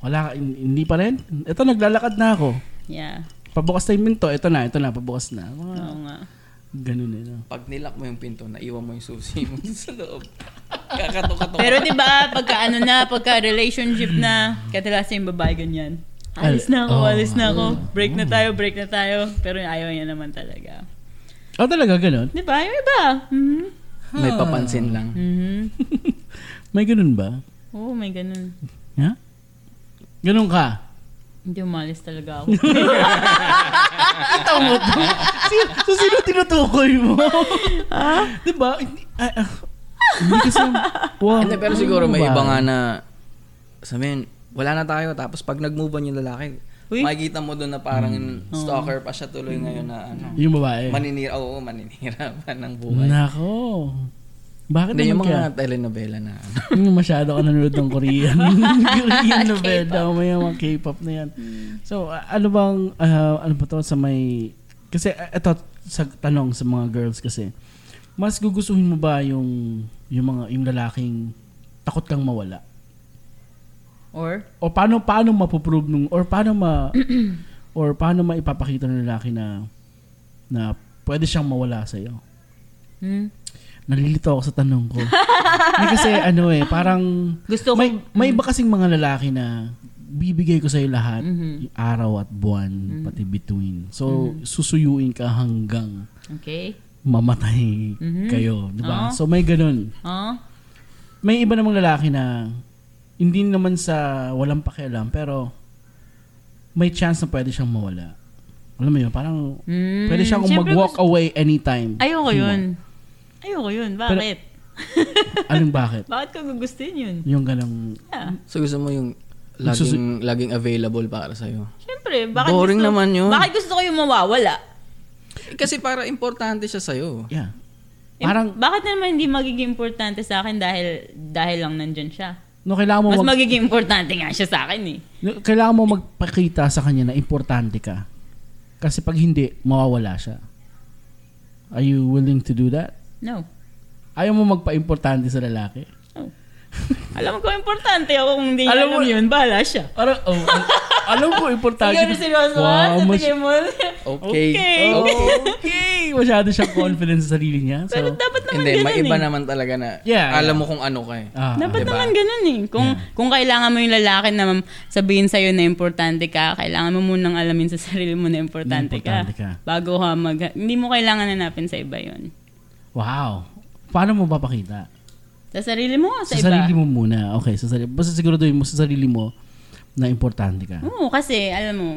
Speaker 2: Wala, ka- hindi pa rin. Eto, naglalakad na ako.
Speaker 3: Yeah.
Speaker 2: Pabukas na yung pinto, eto na, eto na, pabukas na.
Speaker 3: Oo nga.
Speaker 2: Ganun eh. no?
Speaker 4: Pag nilak mo yung pinto, naiwan mo yung susi mo sa loob. Kakatok-katok.
Speaker 3: Pero di ba pagka ano na, pagka relationship na, kadalasan yung babae ganyan. Alis na ako,
Speaker 2: Oh. Mm.
Speaker 3: alis na ako. Break na tayo, break na tayo. Pero ayaw niya naman talaga.
Speaker 2: Oh, talaga, ganun?
Speaker 3: Di ba? Yung iba. Mhm.
Speaker 4: May papansin lang.
Speaker 3: Mhm.
Speaker 2: May ganun ba?
Speaker 3: Oo, may ganun.
Speaker 2: Ha? Ganun ka?
Speaker 3: Hindi umalis talaga ako.
Speaker 2: Tama to. Sino, so, sino tinutukoy mo? Ha? Diba? Hindi, ah, ah. hindi kasi...
Speaker 3: Ah,
Speaker 2: Wow.
Speaker 4: Hindi, pero siguro may
Speaker 2: Ano ba?
Speaker 4: iba nga na, sabihin, wala na tayo. Tapos pag nag-move on yung lalaki,
Speaker 3: Uy. Hmm.
Speaker 4: makikita mo doon na parang stalker pa siya tuloy ngayon na ano.
Speaker 2: Yung babae.
Speaker 4: Maninira, oo, maninira pa ng buhay.
Speaker 2: Nako. Bakit
Speaker 4: Hindi, yung
Speaker 2: naman kaya?
Speaker 4: mga telenovela na ano.
Speaker 2: Yung masyado ka nanonood ng Korean. Korean novela. May mga K-pop na yan. So, a- ano bang... ah, ano ba to sa may... Kasi ah, ito, sa tanong sa mga girls kasi, mas gugustuhin mo ba yung yung mga yung lalaking takot kang mawala?
Speaker 3: Or?
Speaker 2: o paano paano mapuprove nung or paano ma or paano maipapakita ng lalaki na na pwede siyang mawala sa iyo.
Speaker 3: Hmm?
Speaker 2: nalilito ako sa tanong ko. Na kasi ano eh, parang
Speaker 3: Gusto ko-
Speaker 2: may, may
Speaker 3: Mm-hmm.
Speaker 2: iba kasing mga lalaki na bibigay ko sa'yo lahat,
Speaker 3: Mm-hmm.
Speaker 2: yung araw at buwan, pati bituin. So, susuyuin ka hanggang
Speaker 3: Okay.
Speaker 2: mamatay
Speaker 3: Mm-hmm.
Speaker 2: kayo, di ba?
Speaker 3: Oo.
Speaker 2: So, may ganun.
Speaker 3: Oh.
Speaker 2: May iba namang lalaki na hindi naman sa walang pakialam, pero may chance na pwede siyang mawala. Alam mo yun, parang
Speaker 3: Mm,
Speaker 2: pwede siyang
Speaker 3: syempre
Speaker 2: mag-walk
Speaker 3: gusto-
Speaker 2: away anytime.
Speaker 3: Ayoko
Speaker 2: He
Speaker 3: yun.
Speaker 2: wants.
Speaker 3: Ayoko yun. Bakit?
Speaker 2: Anong bakit?
Speaker 3: Bakit ko gugustuhin yun?
Speaker 2: Yung ganang,
Speaker 3: Yeah.
Speaker 4: So gusto mo yung laging, laging available para sa'yo.
Speaker 3: Siyempre, bakit
Speaker 4: Boring
Speaker 3: gusto,
Speaker 4: naman yun.
Speaker 3: Bakit gusto ko yung mawawala?
Speaker 4: Eh, Kasi para importante siya sa'yo.
Speaker 2: yeah.
Speaker 3: Eh,
Speaker 2: Parang,
Speaker 3: bakit naman hindi magiging importante sa akin dahil dahil lang nandyan siya?
Speaker 2: no, kailangan mo,
Speaker 3: Mas
Speaker 2: mag,
Speaker 3: magiging importante nga siya sa akin eh.
Speaker 2: no, kailangan mo magpakita sa kanya na importante ka. Kasi pag hindi, mawawala siya. Are you willing to do that?
Speaker 3: No.
Speaker 2: Ayaw mo magpa-importante sa lalaki?
Speaker 3: no. alam ko importante ako kung hindi niya
Speaker 2: Alam
Speaker 3: alam,
Speaker 2: mo-
Speaker 3: yun, bahala siya.
Speaker 2: Ano, oh, al- alam ko importante.
Speaker 3: Sige, seryoso
Speaker 2: Wow,
Speaker 3: wow,
Speaker 2: mas,
Speaker 3: Sige mo.
Speaker 4: Okay.
Speaker 3: Okay.
Speaker 2: okay, masyado siyang confident sa sarili niya. So,
Speaker 3: Pero dapat naman
Speaker 4: Hindi,
Speaker 3: ganun
Speaker 4: may iba
Speaker 3: eh.
Speaker 4: naman talaga na
Speaker 2: Yeah,
Speaker 4: alam
Speaker 2: yeah.
Speaker 4: mo kung ano ka eh.
Speaker 2: ah,
Speaker 3: Dapat
Speaker 4: Diba?
Speaker 3: naman ganun eh. Kung, kung kailangan mo yung lalaki na mam- sabihin sa'yo na importante ka, kailangan mo munang alamin sa sarili mo na importante,
Speaker 2: importante
Speaker 3: ka.
Speaker 2: ka.
Speaker 3: Bago ka mag... Hindi mo kailangan hanapin sa iba yun.
Speaker 2: wow. Paano mo papakita?
Speaker 3: Sa sarili mo, sa,
Speaker 2: Sa,
Speaker 3: iba.
Speaker 2: sarili mo muna. Okay, sa sarili. Basta siguraduhin mo sa sarili mo na importante ka.
Speaker 3: Oo, kasi alam mo,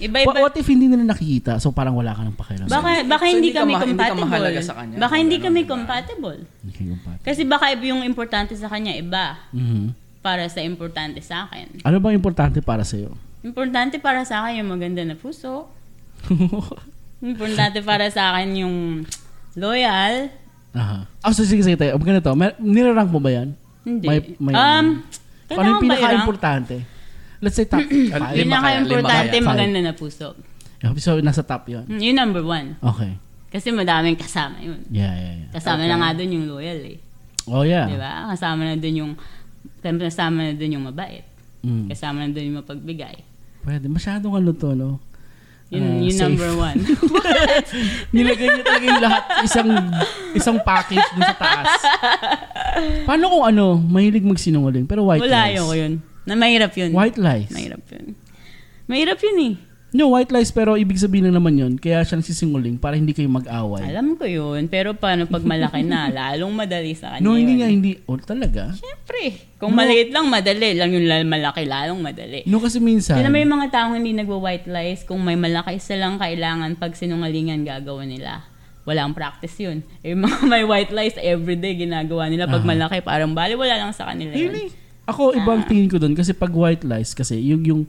Speaker 2: But
Speaker 3: iba-iba.
Speaker 2: what if hindi nila nakikita? So parang wala ka ng pakialam.
Speaker 3: Baka, baka
Speaker 4: So,
Speaker 3: hindi
Speaker 4: hindi ka
Speaker 3: kami
Speaker 4: ma- hindi ka
Speaker 3: compatible.
Speaker 4: mahalaga sa kanya.
Speaker 3: Baka hindi
Speaker 4: Ganun,
Speaker 3: kami
Speaker 4: diba?
Speaker 3: compatible.
Speaker 2: Okay, kumpat.
Speaker 3: Kasi baka iba yung importante sa kanya, iba.
Speaker 4: Mm-hmm.
Speaker 2: Mhm.
Speaker 3: Para sa importante sa akin.
Speaker 2: Ano bang importante para sa'yo?
Speaker 3: Importante para sa akin yung maganda na puso. Importante para sa akin yung loyal.
Speaker 2: Aha. Ah, so sige, sige tayo. Um, ganito. Mer- nilarank mo ba yan?
Speaker 3: Hindi.
Speaker 2: May- may-
Speaker 3: um,
Speaker 2: Ano
Speaker 3: kailangan
Speaker 2: yung
Speaker 3: ba i-rank?
Speaker 2: pinaka-importante? Let's say top 5.
Speaker 4: Lima kaya, lima
Speaker 3: Pinaka-importante,
Speaker 2: kaya.
Speaker 3: maganda na puso.
Speaker 2: so, nasa top yun.
Speaker 3: Mm, Yun number one.
Speaker 2: Okay.
Speaker 3: Kasi madaming kasama yun.
Speaker 2: Yeah, yeah, yeah.
Speaker 3: Kasama na nga dun yung loyal eh.
Speaker 2: Oh, yeah.
Speaker 3: Di ba? Kasama na dun yung, kasama na dun yung mabait.
Speaker 2: Mm.
Speaker 3: Kasama na dun yung mapagbigay.
Speaker 2: Pwede. Masyadong ano to, no?
Speaker 3: Yun,
Speaker 2: Ah,
Speaker 3: yun
Speaker 2: safe.
Speaker 3: number one.
Speaker 2: Nilagay niya talaga yung lahat. Isang, isang package dun sa taas. Paano kung ano, mahilig magsinungaling, pero white
Speaker 3: Wala
Speaker 2: lies?
Speaker 3: ayoko yun. Na mahirap yun.
Speaker 2: White lies.
Speaker 3: Mahirap yun. Mahirap yun eh.
Speaker 2: No, white lies, pero ibig sabihin lang naman yun, kaya siya nagsisinungaling para hindi kayo mag-away.
Speaker 3: Alam ko yun. Pero paano pag malaki na, lalong madali sa kanya
Speaker 2: No, hindi nga,
Speaker 3: Ano yun.
Speaker 2: hindi. Oh, talaga?
Speaker 3: Siyempre. Kung maliit lang, madali. Lang yung lal- malaki, lalong madali.
Speaker 2: No, kasi minsan,
Speaker 3: Sino may mga taong hindi nagwa-white lies, kung may malaki isa lang kailangan pag sinungalingan gagawa nila. Walang practice yun. Eh, yung mga may white lies, everyday ginagawa nila pag malaki. Parang bali, wala lang sa kanila yun.
Speaker 2: Really? Ako, ibang tingin ko doon kasi pag white lies kasi yung yung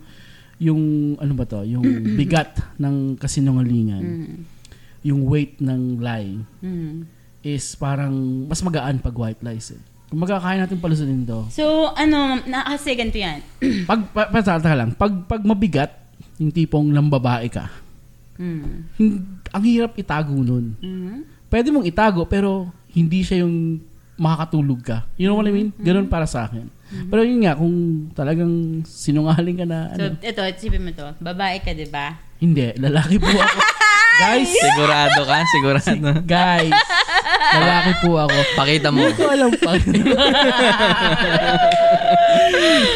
Speaker 2: yung ano ba to, yung bigat ng kasinungalingan,
Speaker 3: Mm.
Speaker 2: yung weight ng lying
Speaker 3: Hmm.
Speaker 2: is parang mas magaan pag white lies eh. Kung magkakaya natin palusunin to.
Speaker 3: So, ano, na, kasi ganito yan.
Speaker 2: Pag pa, pa, teka lang, pag pag mabigat, yung tipong lambabae ka.
Speaker 3: Hmm.
Speaker 2: hin- ang hirap itago nun.
Speaker 3: Mhm.
Speaker 2: Pwede mong itago pero hindi siya yung makakatulog ka. You know what I mean? Ganun para sa akin. Pero yun nga, kung talagang sinungaling ka na, ano,
Speaker 3: So, ito, isipin mo to. Babae ka, di ba?
Speaker 2: Hindi, lalaki po ako. guys,
Speaker 4: Sigurado ka? Sigurado.
Speaker 2: guys, lalaki po ako.
Speaker 4: Pakita mo.
Speaker 2: Hindi ko alam pa.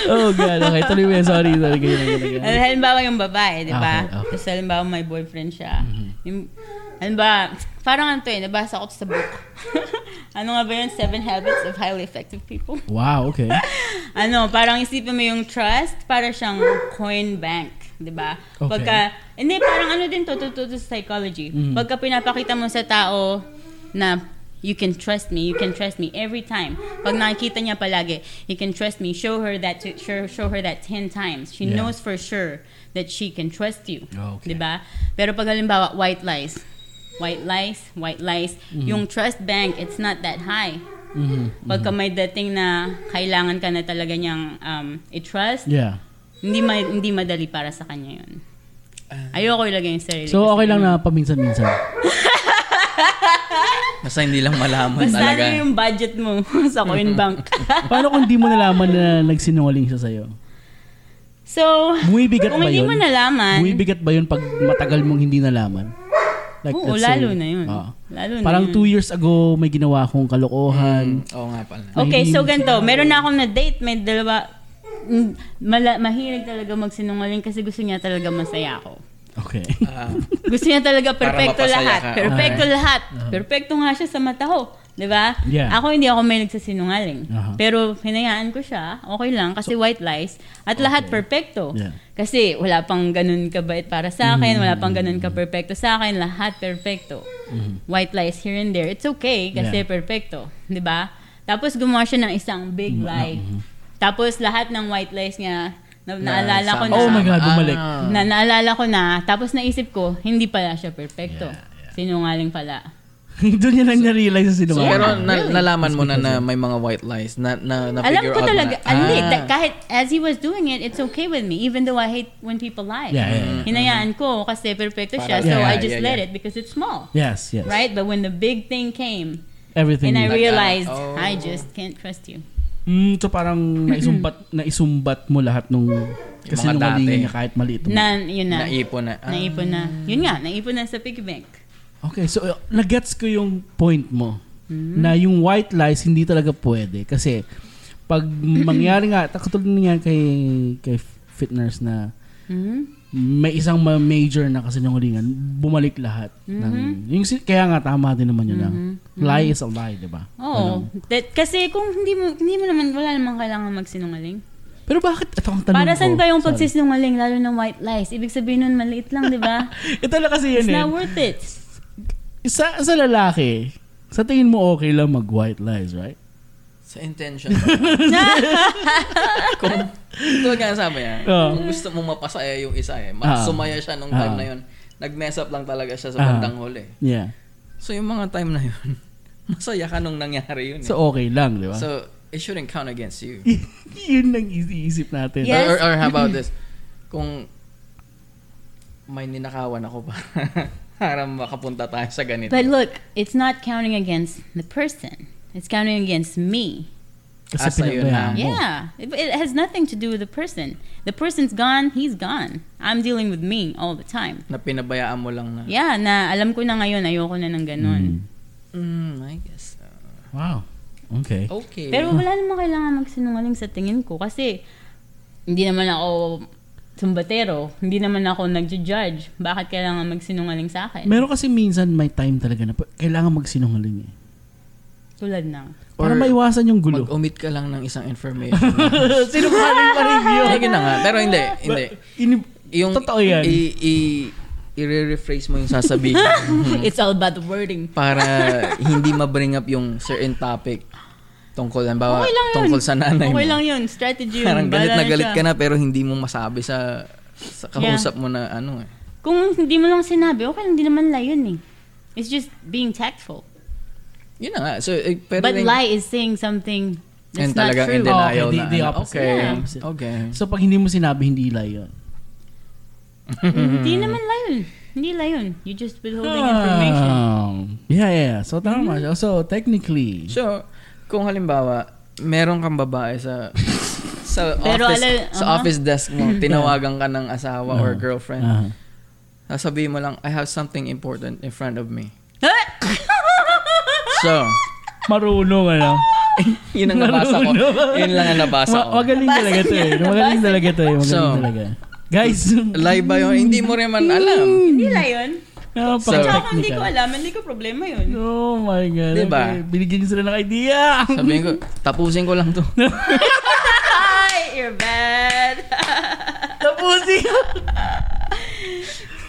Speaker 2: oh God, okay. Tuloy mo yan. Sorry, sorry. Ganyan, ganyan, ganyan.
Speaker 3: Al- Halimbawa yung babae, di ba?
Speaker 2: Okay, Mm-hmm. okay.
Speaker 3: Tapos halimbawa may boyfriend siya. Yung, halimbawa, parang ano to eh, nabasa ko to sa book. ano nga ba yun? Seven Habits of Highly Effective People.
Speaker 2: Wow, okay.
Speaker 3: ano, parang isipin mo yung trust, para siyang coin bank, di ba?
Speaker 2: Okay.
Speaker 3: Pagka, hindi, parang ano din to, to, to, to sa psychology.
Speaker 2: Mm.
Speaker 3: Pagka pinapakita mo sa tao na you can trust me, you can trust me every time. Pag nakikita niya palagi, you can trust me, show her that to, show, show her that 10 times. She
Speaker 2: Yeah. Oh,
Speaker 3: knows for sure that she can trust you. Di
Speaker 2: Okay.
Speaker 3: ba? Pero pag halimbawa, white lies, white lies, white lies,
Speaker 2: Mm-hmm.
Speaker 3: yung trust bank, it's not that high. Pagka may dating na kailangan ka na talaga niyang um, i-trust,
Speaker 2: Yeah.
Speaker 3: hindi, ma- hindi madali para sa kanya yun. Ayoko ilagay yung sarili.
Speaker 2: Ah. So,
Speaker 3: ko sa
Speaker 2: okay lang
Speaker 3: ganun.
Speaker 2: na paminsan-minsan.
Speaker 4: Basta hindi lang malaman
Speaker 3: Basta
Speaker 4: talaga. Hmm,
Speaker 3: ano yung budget mo sa coin
Speaker 2: Mm-hmm.
Speaker 3: bank.
Speaker 2: Paano kung di mo nalaman na nagsinungaling siya sa'yo?
Speaker 3: so,
Speaker 2: Bumibigat
Speaker 3: kung
Speaker 2: ba
Speaker 3: hindi
Speaker 2: yun?
Speaker 3: mo nalaman,
Speaker 2: Bumibigat ba yun pag matagal mong hindi nalaman? Like,
Speaker 3: Oo,
Speaker 2: let's
Speaker 3: lalo
Speaker 2: say,
Speaker 3: na yun.
Speaker 2: oo.
Speaker 3: Lalo na
Speaker 2: Parang
Speaker 3: yun.
Speaker 2: two years ago, may ginawa akong kalokohan.
Speaker 4: Mm, oo nga pala.
Speaker 3: Okay,
Speaker 2: Mahilig
Speaker 3: so
Speaker 2: siya.
Speaker 3: ganito. Meron na akong na-date. May dalawa. Mm, Mala, mahilig talaga magsinungaling kasi gusto niya talaga masaya ako.
Speaker 2: Okay.
Speaker 4: Ah.
Speaker 3: Gusto niya talaga
Speaker 4: Para
Speaker 3: perfecto
Speaker 4: mapasaya
Speaker 3: lahat.
Speaker 4: ka.
Speaker 3: Perfecto lahat. Perfecto nga siya sa mata ko. 'Di ba?
Speaker 2: Uh-huh. Yeah. Uh-huh.
Speaker 3: Ako hindi ako may nagsasinungaling.
Speaker 2: Aha.
Speaker 3: Pero hinayaan ko siya. Okay lang kasi white lies at lahat perfecto.
Speaker 2: Yeah. Mm-hmm.
Speaker 3: Kasi wala pang ganun kabait para sa akin, wala pang ganun ka perfecto sa akin, lahat perfecto. White lies here and there. It's okay kasi
Speaker 2: Mm-hmm. Yeah.
Speaker 3: perfecto, 'di ba? Tapos gumawa siya ng isang big
Speaker 2: Mm-hmm.
Speaker 3: lie. Tapos lahat ng white lies niya na, naalala ko na
Speaker 2: Oh my God, bumalik.
Speaker 3: na naalala ko na, tapos naisip ko, hindi pala siya perfecto. Sinungaling pala.
Speaker 2: Doon niya lang na-realize na
Speaker 4: So,
Speaker 2: sinuwa.
Speaker 4: pero na- nalaman mo na na may mga white lies. Na, na, na
Speaker 3: Alam ko talaga, hindi,
Speaker 4: ah,
Speaker 3: da- kahit as he was doing it, it's okay with me, even though I hate when people lie.
Speaker 2: Yeah, yeah, yeah.
Speaker 3: Hinayaan ko kasi perfecto siya,
Speaker 4: Parang-
Speaker 3: so
Speaker 2: Yeah,
Speaker 3: I
Speaker 4: yeah,
Speaker 3: just
Speaker 4: yeah,
Speaker 3: let
Speaker 4: yeah.
Speaker 3: it because it's small.
Speaker 2: Yes, yes.
Speaker 3: Right? But when the big thing came, and
Speaker 2: Everything.
Speaker 3: I
Speaker 2: is-
Speaker 3: realized,
Speaker 4: oh.
Speaker 3: I just can't trust you.
Speaker 2: Mm, so parang naisumbat, naisumbat mo lahat nung kasi nung ano
Speaker 4: dati.
Speaker 2: niya kahit maliit. mo.
Speaker 3: Na, yun na.
Speaker 4: naipon na. Ah,
Speaker 3: Naipon na. Yun nga, naipon na sa piggy bank.
Speaker 2: Okay, so uh, nagets ko yung point mo
Speaker 3: Hmm.
Speaker 2: na yung white lies hindi talaga pwede kasi pag mangyari nga katulad niyan kay kay Fitness na
Speaker 3: Mhm.
Speaker 2: may isang ma- major na kasinungalingan, bumalik lahat ng
Speaker 3: Mm-hmm.
Speaker 2: yung si- kaya nga tama din naman yun ang lie is a lie, di ba?
Speaker 4: Ano?
Speaker 3: Oo. Oh. That, kasi kung hindi mo, hindi mo naman, wala namang kailangan magsinungaling.
Speaker 2: Pero bakit ito ang tanong
Speaker 3: Para
Speaker 2: ko?
Speaker 3: saan ba yung
Speaker 2: Sorry.
Speaker 3: pagsisinungaling, lalo ng white lies? Ibig sabihin nun, maliit lang, di ba?
Speaker 2: Ito lang kasi yun
Speaker 3: It's
Speaker 2: eh.
Speaker 3: not worth it.
Speaker 2: Sa, sa lalaki, sa tingin mo okay lang mag white lies, right?
Speaker 4: Sa intention. kung, ito nga sabi niya,
Speaker 2: Oo.
Speaker 4: kung gusto mong mapasaya yung isa eh,
Speaker 2: Ah.
Speaker 4: mas sumaya siya nung time
Speaker 2: Ah.
Speaker 4: na yun. Nag-mess up lang talaga siya sa
Speaker 2: Ah.
Speaker 4: bandang huli.
Speaker 2: Yeah.
Speaker 4: So yung mga time na yun, masaya ka nung nangyari yun eh.
Speaker 2: So okay lang, di ba?
Speaker 4: So, it shouldn't count against you.
Speaker 2: yun ang iniisip natin.
Speaker 3: Yeah. Yes.
Speaker 4: Or, or, or how about this? Kung may ninakawan ako pa para makapunta tayo sa ganito.
Speaker 3: But look, it's not counting against the person. It's counting against me.
Speaker 2: Kasi
Speaker 4: Ah, sa'yo
Speaker 2: pinabayaan
Speaker 4: na.
Speaker 2: mo.
Speaker 3: Yeah. It, it has nothing to do with the person. The person's gone, he's gone. I'm dealing with me all the time.
Speaker 4: na pinabayaan mo lang na,
Speaker 3: Yeah, na alam ko na ngayon, ayoko na ng ganun.
Speaker 2: Hmm.
Speaker 4: mm, I guess. uh,
Speaker 2: Wow. Okay.
Speaker 4: okay.
Speaker 3: Pero wala namang kailangan magsinungaling sa tingin ko kasi hindi naman ako sumbatero. Hindi naman ako nagja-judge. Bakit kailangan magsinungaling sa akin?
Speaker 2: Meron kasi minsan may time talaga na pa- kailangan magsinungaling eh.
Speaker 3: Tulad ng...
Speaker 2: Para
Speaker 4: Or
Speaker 2: maiwasan yung gulo.
Speaker 4: Mag-omit ka lang ng isang information.
Speaker 2: Sinungaling pa rin yun.
Speaker 4: Ay, na nga. Pero hindi, hindi.
Speaker 2: Ini-
Speaker 4: Yung,
Speaker 2: Totoo yan.
Speaker 4: I, i, i-rephrase mo yung sasabihin
Speaker 3: It's all about the wording.
Speaker 4: para hindi ma-bring up yung certain topic tungkol, halimbawa,
Speaker 3: Okay lang yun.
Speaker 4: Ah, tungkol sa nanay
Speaker 3: Okay
Speaker 4: mo.
Speaker 3: lang yun. Strategy yun.
Speaker 4: Parang galit
Speaker 3: Bahala
Speaker 4: na galit
Speaker 3: siya.
Speaker 4: ka na pero hindi mo masabi sa sa kausap mo na ano eh.
Speaker 3: Kung hindi mo lang sinabi, okay lang. Hindi naman lie yun eh. It's just being tactful.
Speaker 4: Yun na nga. So, eh, pero
Speaker 3: But
Speaker 4: rin-
Speaker 3: lie is saying something that's
Speaker 4: and
Speaker 3: not
Speaker 4: talagang in
Speaker 3: true.
Speaker 2: denial. Okay,
Speaker 4: denial
Speaker 2: the-
Speaker 4: na.
Speaker 2: the
Speaker 4: ano.
Speaker 2: opposite.
Speaker 4: okay.
Speaker 3: Yeah.
Speaker 4: Okay.
Speaker 2: So pag hindi mo sinabi, hindi lie yun.
Speaker 3: Oh.
Speaker 4: Mm-hmm.
Speaker 3: Hindi naman lie yun. Hindi lie yun. You're just withholding information.
Speaker 2: Ah. Yeah, yeah. So tama.
Speaker 4: Mm-hmm.
Speaker 2: siya. So technically.
Speaker 4: So, kung halimbawa, meron kang babae sa sa
Speaker 3: Pero uh-huh.
Speaker 4: office
Speaker 3: ala-
Speaker 4: sa
Speaker 3: aha.
Speaker 4: office desk mo, tinawagan ka ng asawa
Speaker 3: Uh-huh.
Speaker 4: or girlfriend.
Speaker 2: Aha.
Speaker 4: Sasabihin mo lang, I have something important in front of me.
Speaker 3: Ah!
Speaker 4: So,
Speaker 2: Marunong ano.
Speaker 4: yun ang nabasa ko. Yun lang ang nabasa
Speaker 2: Ma-
Speaker 4: ko.
Speaker 2: magaling talaga to eh. Magaling talaga to eh. Magaling
Speaker 4: So,
Speaker 2: talaga. Guys,
Speaker 4: Lie ba yun? Hindi mo rin man alam.
Speaker 3: Hindi lie yun. Tsaka kung hindi ko
Speaker 2: napaka-technical.
Speaker 3: alam, hindi ko problema yun.
Speaker 2: Oh my God.
Speaker 4: Diba?
Speaker 2: Okay. Binigyan niyo sila ng idea.
Speaker 4: Sabihin ko, tapusin ko lang to.
Speaker 3: Hi, you're bad.
Speaker 2: Tapusin ko.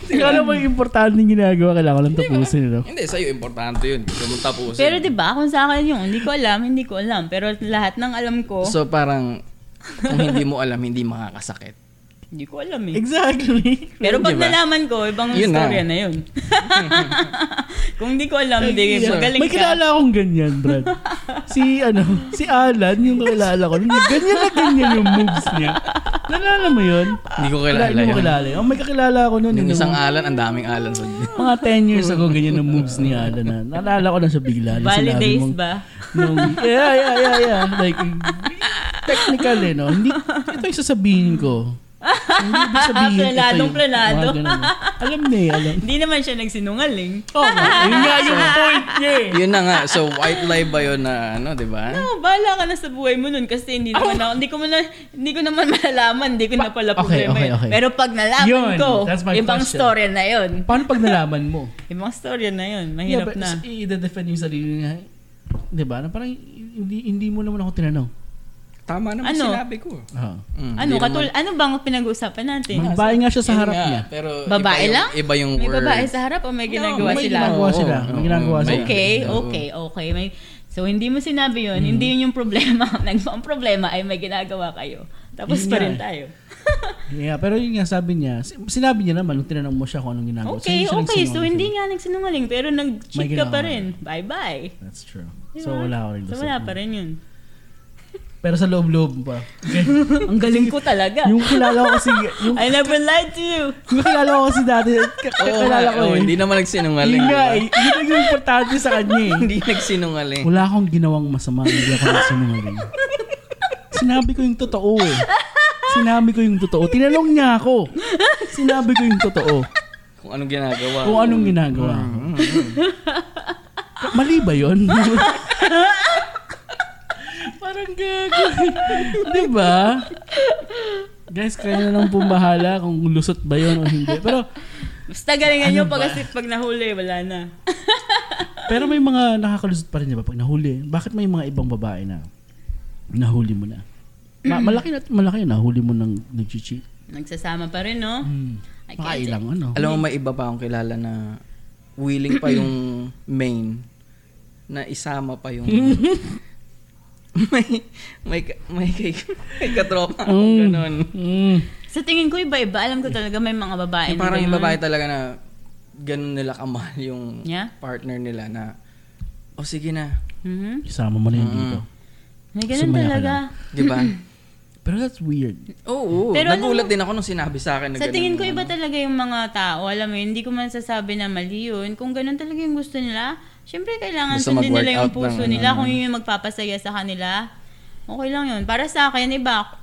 Speaker 2: Kala mo yung importante yung ginagawa, kailangan ko lang tapusin. ano? No?
Speaker 4: Hindi, sa'yo importante yun. Gusto mong tapusin.
Speaker 3: Pero di ba kung sa akin yung hindi ko alam, hindi ko alam. Pero lahat ng alam ko,
Speaker 4: So parang, kung hindi mo alam, hindi makakasakit.
Speaker 3: hindi ko alam eh.
Speaker 2: Exactly.
Speaker 3: Pero pag
Speaker 4: Di ba?
Speaker 3: nalaman ko, ibang
Speaker 4: Yun na.
Speaker 3: storya na, yun. Kung di ko alam, di
Speaker 2: Yeah.
Speaker 3: magaling
Speaker 2: May
Speaker 3: ka.
Speaker 2: kilala akong ganyan, Brad. si, ano, si Alan, yung kilala ko, ganyan na ganyan yung moves niya. Nalala mo yun?
Speaker 4: Hindi ko kilala
Speaker 2: Hindi mo
Speaker 4: yun.
Speaker 2: kilala yun. Oh, may kakilala ako noon.
Speaker 3: Ano
Speaker 4: Yung
Speaker 2: yun,
Speaker 4: isang
Speaker 2: yung-
Speaker 4: alan, ang daming alan. sa dyan.
Speaker 2: mga 10 years ago, ganyan ang moves ni Alan. Na. Naalala ko na siya bigla. na
Speaker 3: Valley
Speaker 2: sinabi
Speaker 3: days
Speaker 2: mong-
Speaker 3: ba?
Speaker 2: Nung, yeah, yeah, yeah, yeah. Like, technical eh, no? Hindi, ito yung sasabihin ko. Hindi ibig sabihin ito
Speaker 3: Planadong
Speaker 2: yung-
Speaker 3: planado.
Speaker 2: Mga ganun. Alam na eh, alam.
Speaker 3: Hindi naman siya nagsinungaling.
Speaker 2: Oo nga, yun nga yung point niya eh.
Speaker 4: Yun na nga. So, white lie ba yun na ano, di ba?
Speaker 3: Oh, bahala ka na sa buhay mo nun kasi hindi naman ako, hindi ko man hindi ko naman malalaman, hindi ko na pala
Speaker 2: okay,
Speaker 3: problema.
Speaker 2: okay,
Speaker 3: yun.
Speaker 2: okay.
Speaker 3: Pero pag nalaman
Speaker 2: Yun,
Speaker 3: ko,
Speaker 2: that's my
Speaker 3: ibang
Speaker 2: question.
Speaker 3: storya na yun.
Speaker 2: Paano pag nalaman mo?
Speaker 3: Ibang storya na yun.
Speaker 2: Yeah,
Speaker 3: Mahirap
Speaker 2: but
Speaker 3: na.
Speaker 2: s- i-defend yung sarili niya. Di ba? Na parang hindi, hindi mo naman ako tinanong.
Speaker 4: Tama naman
Speaker 3: Ano?
Speaker 4: sinabi ko.
Speaker 2: Oo.
Speaker 4: Mm,
Speaker 3: Ano,
Speaker 4: hindi
Speaker 3: katul ano bang pinag-uusapan natin?
Speaker 2: Magbahay nga siya sa
Speaker 4: Yun
Speaker 2: harap
Speaker 4: nga,
Speaker 2: niya.
Speaker 4: Pero
Speaker 3: Babae
Speaker 4: iba yung,
Speaker 3: lang?
Speaker 4: Iba yung
Speaker 3: May
Speaker 4: word.
Speaker 3: babae sa harap o may ginagawa
Speaker 4: may
Speaker 3: sila?
Speaker 2: ginagawa
Speaker 4: Oo,
Speaker 2: sila. May ginagawa
Speaker 4: oo,
Speaker 2: sila.
Speaker 3: Okay,
Speaker 4: oo.
Speaker 3: okay, okay. May, so, hindi mo sinabi yun. Hindi yun yung problema. Nag- ang problema ay may ginagawa kayo. Tapos
Speaker 2: Yun
Speaker 3: pa
Speaker 2: nga
Speaker 3: rin
Speaker 2: eh.
Speaker 3: tayo.
Speaker 2: Yeah, pero yun nga sabi niya, si- sinabi niya naman nung tinanong mo siya kung anong ginagawa. So,
Speaker 3: Okay,
Speaker 2: siya
Speaker 3: okay. So,
Speaker 2: Ano, nagsinungaling.
Speaker 3: hindi nga nagsinungaling. Pero nag-cheat
Speaker 2: May
Speaker 3: ka pa
Speaker 2: ginagawa.
Speaker 3: rin. Bye-bye.
Speaker 2: That's true.
Speaker 3: Di
Speaker 2: So
Speaker 3: ba?
Speaker 2: wala ako rin.
Speaker 3: So,
Speaker 2: gusto
Speaker 3: wala
Speaker 2: ko.
Speaker 3: pa rin yun.
Speaker 2: Pero sa loob-loob pa. Okay.
Speaker 3: Ang galing ko talaga.
Speaker 2: yung kilala ko kasi, yung,
Speaker 3: I never lied to you.
Speaker 2: yung kilala ko kasi dati, k-
Speaker 4: Oo, nga,
Speaker 2: kilala ko
Speaker 4: oo,
Speaker 2: eh.
Speaker 4: hindi naman
Speaker 2: Yun
Speaker 4: nagsinungaling.
Speaker 2: nga
Speaker 4: di
Speaker 2: eh, yun lang yung importante sa kanya
Speaker 4: ba?
Speaker 2: eh.
Speaker 4: Hindi nagsinungaling.
Speaker 2: Wala akong ginawang masama, hindi ako nagsinungaling. Sinabi ko yung totoo eh. Sinabi ko yung totoo. Tinanong niya ako. Sinabi ko yung totoo.
Speaker 4: Kung anong ginagawa.
Speaker 2: Kung anong ginagawa ko. Mali ba yun? Parang gago. Di ba? Guys, kaya na lang pumbahala kung lusot ba yun o hindi. Pero
Speaker 3: Basta galingan
Speaker 2: Ano
Speaker 3: nyo pag kasi pag nahuli, wala na.
Speaker 2: pero may mga nakakalusot pa rin, di ba? Pag nahuli, bakit may mga ibang babae na nahuli mo na? Ma- malaki na malaki na nahuli mo nang nag-cheat.
Speaker 3: Nagsasama pa rin, no?
Speaker 2: Hmm.
Speaker 3: I
Speaker 2: Mga
Speaker 3: can't
Speaker 2: ilang ano.
Speaker 4: Alam mo, may iba pa akong kilala na willing pa yung main na isama pa yung may may ka- may kay, may katropa akong ganun.
Speaker 2: Mm.
Speaker 3: Sa tingin ko iba-iba, alam ko talaga may mga babae
Speaker 4: Yung
Speaker 3: na
Speaker 4: parang yung
Speaker 3: ganun.
Speaker 4: babae talaga na ganun nila kamahal yung
Speaker 3: Yeah?
Speaker 4: partner nila na o oh, sige na,
Speaker 3: Mhm.
Speaker 2: Isama mo na yun dito.
Speaker 3: May ganun
Speaker 2: Sumaya ka
Speaker 3: talaga.
Speaker 4: 'di ba?
Speaker 2: Pero that's weird.
Speaker 4: Mm. Oo.
Speaker 3: Pero alam
Speaker 4: Nagulat din ako nung sinabi sa akin na
Speaker 3: Sa
Speaker 4: ganun
Speaker 3: tingin
Speaker 4: yung
Speaker 3: ko iba
Speaker 4: ano.
Speaker 3: talaga yung mga tao. Alam mo, yun, hindi ko man sasabi na mali yun. Kung ganun talaga yung gusto nila, syempre kailangan
Speaker 4: Basta
Speaker 3: sundin nila yung
Speaker 4: mag-workout
Speaker 3: puso
Speaker 4: ng
Speaker 3: nila.
Speaker 4: ano.
Speaker 3: Kung yun yung magpapasaya sa kanila, okay lang yun. Para sa akin, iba,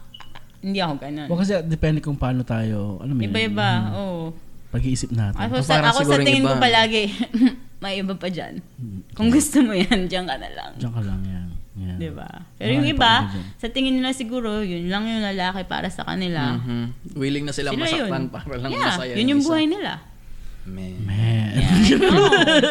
Speaker 3: hindi ako ganun.
Speaker 2: O kasi depende kung paano tayo, alam mo yun,
Speaker 3: Iba-iba, oo.
Speaker 2: pag-iisip natin.
Speaker 3: Ako,
Speaker 4: Hmm. Ah, Parang
Speaker 3: sa, ako sa
Speaker 4: siguro yung
Speaker 3: tingin ko
Speaker 4: iba.
Speaker 3: palagi, may iba pa dyan. Kung gusto mo yan, dyan ka na lang.
Speaker 2: Diyan ka lang yan. yan.
Speaker 3: Di ba? Pero yung
Speaker 2: Marami
Speaker 3: iba,
Speaker 2: pa iba dyan.
Speaker 3: sa tingin nila siguro, yun lang yung lalaki para sa kanila.
Speaker 4: Mhm. Willing na silang
Speaker 3: Sila yun.
Speaker 4: masaktan para lang
Speaker 3: yeah,
Speaker 4: masaya.
Speaker 3: yun yung
Speaker 4: isa.
Speaker 3: buhay nila.
Speaker 4: Man.
Speaker 2: Man.
Speaker 3: No.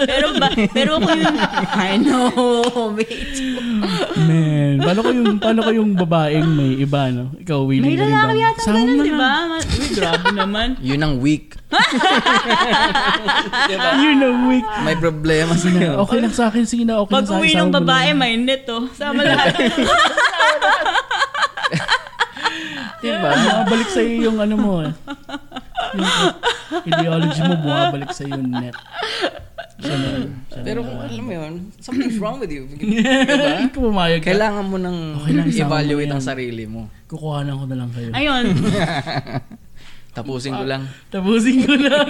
Speaker 3: pero ba, pero kung yung, I know, bitch.
Speaker 2: Man. Paano ko yung, paano ko yung babaeng may iba, no? Ikaw, willing
Speaker 3: May
Speaker 2: ka rin
Speaker 3: lalaki
Speaker 2: ba?
Speaker 3: yata
Speaker 2: Sama
Speaker 3: ganun,
Speaker 2: mo
Speaker 3: di
Speaker 2: na.
Speaker 3: ba? Ma- Uy, grabe naman.
Speaker 4: Yun ang weak. diba?
Speaker 2: Yun ang weak.
Speaker 4: May problema sa
Speaker 2: Okay lang sa akin, sige na, okay
Speaker 3: Pag
Speaker 2: lang sa akin.
Speaker 3: uwi ng
Speaker 2: sama mo na.
Speaker 3: babae, may net, oh. Sama lahat.
Speaker 4: Diba?
Speaker 2: Bumabalik sa'yo yung ano mo, eh. Yung ideology mo, bumabalik sa'yo yung net. Siya na yun. Siya na
Speaker 4: Pero
Speaker 2: yun.
Speaker 4: kung alam mo yun, something's wrong with you. Diba?
Speaker 2: Ikaw pumayag ka.
Speaker 4: Kailangan mo nang
Speaker 2: Okay lang, isama mo
Speaker 4: evaluate
Speaker 2: yan.
Speaker 4: ang sarili mo.
Speaker 2: Kukuhanan ko na lang kayo.
Speaker 3: Ayun. Ah.
Speaker 4: Tapusin ko lang.
Speaker 2: Tapusin ko lang.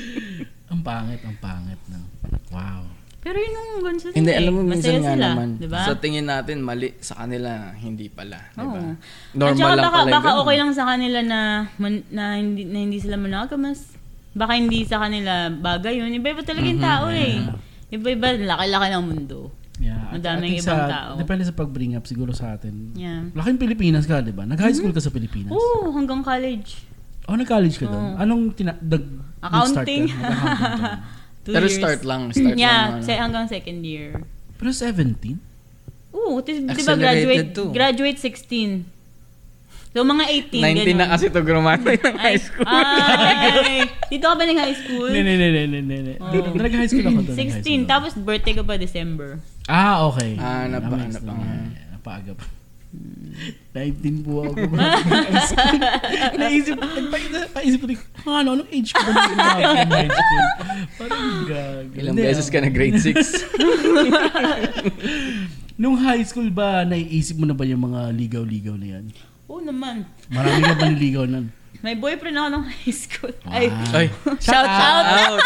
Speaker 2: ang pangit, ang pangit. No? Wow.
Speaker 3: Pero yun ang ganun sa
Speaker 4: Hindi,
Speaker 3: tingin.
Speaker 4: alam mo, minsan
Speaker 3: Masaya
Speaker 4: nga
Speaker 3: sila,
Speaker 4: naman.
Speaker 3: diba?
Speaker 4: Sa tingin natin, mali sa kanila, hindi pala. Diba?
Speaker 3: Oo. At
Speaker 4: Normal
Speaker 3: saka
Speaker 4: lang
Speaker 3: baka,
Speaker 4: pala.
Speaker 3: baka okay lang sa kanila na, man- na, hindi, na hindi sila monogamous. Baka hindi sa kanila bagay yun. Iba-iba talaga yung
Speaker 4: Mm-hmm.
Speaker 3: tao eh. Iba-iba, laki-laki ng mundo.
Speaker 2: Yeah. at-
Speaker 3: Madaming
Speaker 2: at
Speaker 3: ibang
Speaker 2: sa-
Speaker 3: tao.
Speaker 2: Depende sa pag-bring up siguro sa atin.
Speaker 3: Yeah. Mm-hmm.
Speaker 2: Laking Pilipinas ka, di ba? Nag-high school ka sa Pilipinas.
Speaker 3: Oo, hanggang college.
Speaker 2: Oh, nag-college ka doon. Anong tina- dag- nag-start ka?
Speaker 3: Accounting.
Speaker 2: Nag-accounting ka.
Speaker 3: Two
Speaker 4: Pero
Speaker 3: years.
Speaker 4: start lang. Start
Speaker 3: yeah,
Speaker 4: lang. ano.
Speaker 3: sa- hanggang second year.
Speaker 2: Pero 17?
Speaker 3: Oo, t- di ba graduate,
Speaker 4: Accelerated too.
Speaker 3: graduate 16. So, mga 18,
Speaker 4: 19 na kasi to grumato ng
Speaker 3: Ay, ah.
Speaker 4: high school.
Speaker 3: ay, dito ka ba ng high school?
Speaker 2: Hindi, hindi, hindi, hindi, hindi.
Speaker 3: Oo.
Speaker 2: Nag-high school ako doon.
Speaker 3: 16,
Speaker 2: nag-high school ako.
Speaker 3: tapos birthday ka pa December.
Speaker 2: Ah, okay.
Speaker 4: Ah, napa-
Speaker 2: That makes-
Speaker 4: napa-
Speaker 2: yeah, Napaaga pa.
Speaker 3: Hmm.
Speaker 2: 19 po ako. Naisip, nagpa- naisip ko, ah, ano, anong age ko ba nung tumawag ng high school? Parang gago.
Speaker 4: Ilang
Speaker 2: Hindi,
Speaker 4: beses
Speaker 2: ah.
Speaker 4: ka na grade 6.
Speaker 2: Nung high school ba, naiisip mo na ba yung mga ligaw-ligaw na yan?
Speaker 3: Oo naman.
Speaker 2: Marami ka ba niligaw nun?
Speaker 3: May boyfriend ako nung high school. Ay,
Speaker 4: Ay, Mm-hmm.
Speaker 3: shout out!
Speaker 4: out!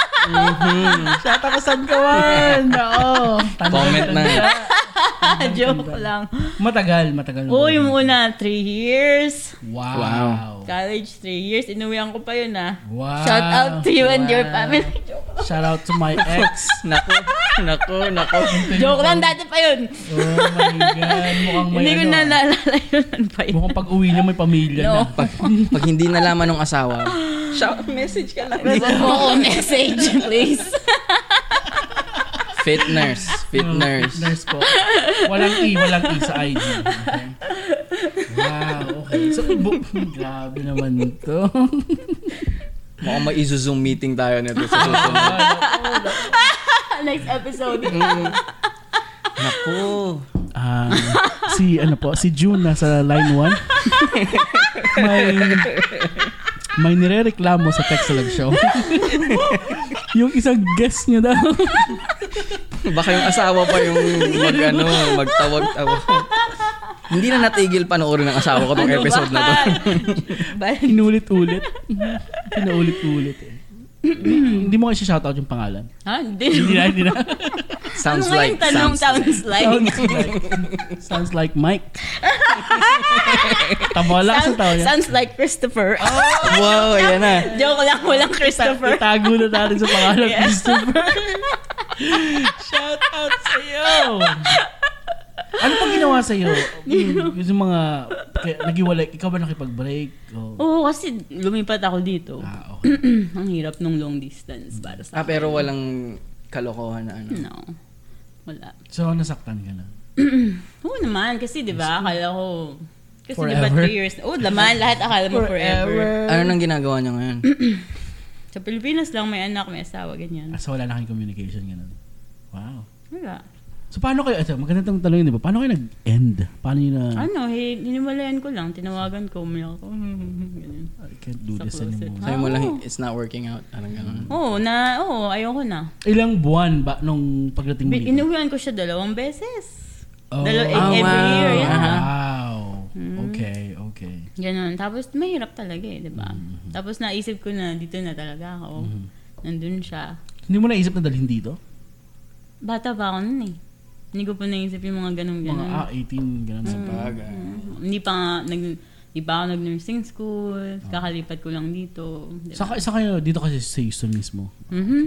Speaker 2: Shout out ka, San Kawan! Oo.
Speaker 4: Comment na.
Speaker 3: Ah, Joke lang.
Speaker 2: Matagal, matagal.
Speaker 3: Oo, yung una, three years.
Speaker 2: Wow.
Speaker 4: Wow.
Speaker 3: College, three years. Inuwihan ko pa yun ah.
Speaker 2: Wow.
Speaker 3: Shout out to you and your
Speaker 2: Wow.
Speaker 3: family.
Speaker 2: Shout out to my ex.
Speaker 4: Nako, nako, nako.
Speaker 3: Joke lang, dati pa yun.
Speaker 2: Oh my God. Mukhang may
Speaker 3: Hindi ko
Speaker 2: ano,
Speaker 3: na
Speaker 2: ah.
Speaker 3: naalala yun. Ano pa yun?
Speaker 2: Mukhang pag-uwi niya may pamilya
Speaker 3: No.
Speaker 2: na.
Speaker 4: Pag, pag hindi nalaman ng asawa, shout, message ka lang.
Speaker 3: Wag mo ako message, please.
Speaker 4: Fit nurse, fit
Speaker 2: No,
Speaker 4: nurse.
Speaker 2: Fitness Hmm, po. Walang E, walang E sa ID. Okay. Wow, okay. So, bu- grabe naman to.
Speaker 4: Mukhang may izo-zoom meeting tayo nito sa susunod.
Speaker 3: Next episode.
Speaker 4: Naku.
Speaker 2: Ah, si ano po, si June nasa line 1. may may nirereklamo sa Texalab show. yung isang guest niya daw.
Speaker 4: Baka yung asawa pa yung mag, ano, magtawag-tawag. Hindi na natigil panoorin ng asawa ko
Speaker 3: Ano
Speaker 4: tong episode na to.
Speaker 3: Bye.
Speaker 2: Inulit-ulit. Pinaulit-ulit eh. hindi mo kasi shoutout yung pangalan.
Speaker 3: Ha? Hindi.
Speaker 2: Hindi na, hindi na.
Speaker 4: Sounds
Speaker 3: ano nga
Speaker 4: like,
Speaker 3: yung tanong
Speaker 4: sounds like.
Speaker 3: sounds like?
Speaker 2: Sounds like, sounds like Mike. Tama lang sa
Speaker 3: Sound-
Speaker 2: tao niya.
Speaker 3: sounds like Christopher.
Speaker 4: Oh. Wow, ayan na.
Speaker 3: Joke lang, walang Christopher.
Speaker 2: Itago na natin sa pangalan.
Speaker 3: Yeah.
Speaker 2: Christopher. Shout out sa'yo! Ano pang ginawa sa'yo? Yung, yung mga, kaya, nagiwalay, ikaw ba nakipag-break? O,
Speaker 3: Oo, kasi lumipat ako dito.
Speaker 2: Ah, okay.
Speaker 3: Ang hirap nung long distance para sa
Speaker 4: Ah, pero walang kalokohan na ano.
Speaker 3: No. Wala.
Speaker 2: So, nasaktan ka na.
Speaker 3: Oo naman, kasi di ba, akala ko... Kasi di ba
Speaker 2: Forever.
Speaker 3: three years? Oo, naman, lahat akala mo forever.
Speaker 4: Ano nang ginagawa niya ngayon?
Speaker 3: Sa Pilipinas lang, may anak, may asawa, ganyan.
Speaker 2: Ah, So, wala na kayong communication, ganun. Wow.
Speaker 3: Wala.
Speaker 2: So, paano kayo, ito, maganda itong tanong yun, di ba? Paano kayo nag-end? Paano yun na,
Speaker 3: Ano, hi- hiniwalayan ko lang, tinawagan ko, umiyak ako. ganyan.
Speaker 2: I can't do
Speaker 3: Sa
Speaker 2: this
Speaker 3: closet.
Speaker 2: anymore.
Speaker 4: Sabi mo lang, it's not working out. Anong ganun.
Speaker 3: Oo, na, oo, ayoko na.
Speaker 2: Ilang buwan ba nung pagdating mo
Speaker 3: Bi-
Speaker 2: dito?
Speaker 3: Inuwihan ko siya dalawang beses.
Speaker 2: Oh.
Speaker 3: Dalawa,
Speaker 4: Oh,
Speaker 3: every
Speaker 4: wow.
Speaker 3: year, yeah. Hmm.
Speaker 4: Aha.
Speaker 2: Wow. Okay, okay.
Speaker 3: Ganun. Tapos, mahirap talaga eh, di ba? Tapos, naisip ko na, dito na talaga ako. Nandun siya.
Speaker 2: Hindi mo naisip na dalhin dito?
Speaker 3: Bata pa ako nun eh. Hindi ko pa naisip yung mga
Speaker 2: Mga
Speaker 3: ganun-ganun.
Speaker 2: ah, 18, ganun sa
Speaker 4: Bagay.
Speaker 3: Mm. Hindi pa nga, nag, hindi pa ako nag-nursing school. Kakalipat ko lang dito. Di
Speaker 2: Sa,
Speaker 3: ba?
Speaker 2: sa kayo, dito kasi sa Houston mismo.
Speaker 3: Mhm.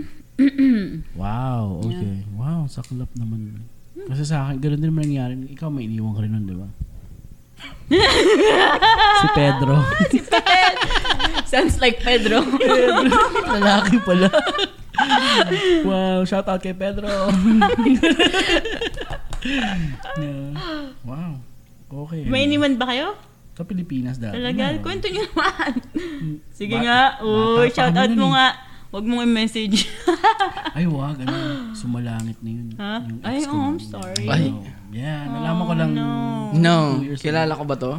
Speaker 2: Wow, okay. Wow, saklap naman. Kasi sa akin, ganun din naman nangyari. Ikaw may iniwan ka rin nun, di ba? si Pedro.
Speaker 3: Ah, Sounds like Pedro.
Speaker 2: Lalaki pala. wow, shout out kay Pedro. Yeah. Wow. Okay.
Speaker 3: May iniwan ba kayo?
Speaker 2: Sa Pilipinas dati. Ano?
Speaker 3: Talaga?
Speaker 2: Meron.
Speaker 3: Kwento niyo naman. Sige
Speaker 2: Bata-
Speaker 3: nga. Uy,
Speaker 2: bata pa
Speaker 3: shout out
Speaker 2: kami nun
Speaker 3: mo
Speaker 2: eh.
Speaker 3: nga. Huwag mong i-message.
Speaker 2: Ay, wag. Ano, sumalangit na yun.
Speaker 3: Ha?
Speaker 2: Yung ex
Speaker 3: Ay,
Speaker 2: ko
Speaker 3: oh,
Speaker 2: na-
Speaker 3: I'm sorry. Oh,
Speaker 4: Ay.
Speaker 2: Yeah, nalaman ko lang.
Speaker 4: No,
Speaker 2: Two years
Speaker 4: kilala ko ba to?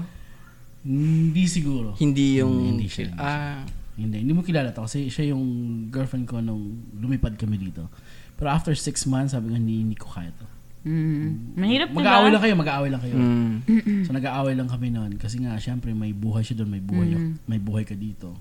Speaker 2: Hindi siguro.
Speaker 4: Hindi yung...
Speaker 2: Hindi siya, hindi siya.
Speaker 4: Ah,
Speaker 2: Hindi, hindi mo kilala to kasi siya yung girlfriend ko nung lumipad kami dito. Pero after six months, sabi ko, hindi, hindi ko kaya to.
Speaker 3: Mm. Mahirap diba?
Speaker 2: Mag-aaway lang kayo, mag-aaway lang kayo.
Speaker 4: mm.
Speaker 2: So nag-aaway lang kami noon kasi nga, syempre may buhay siya doon, may buhay, may buhay ka dito.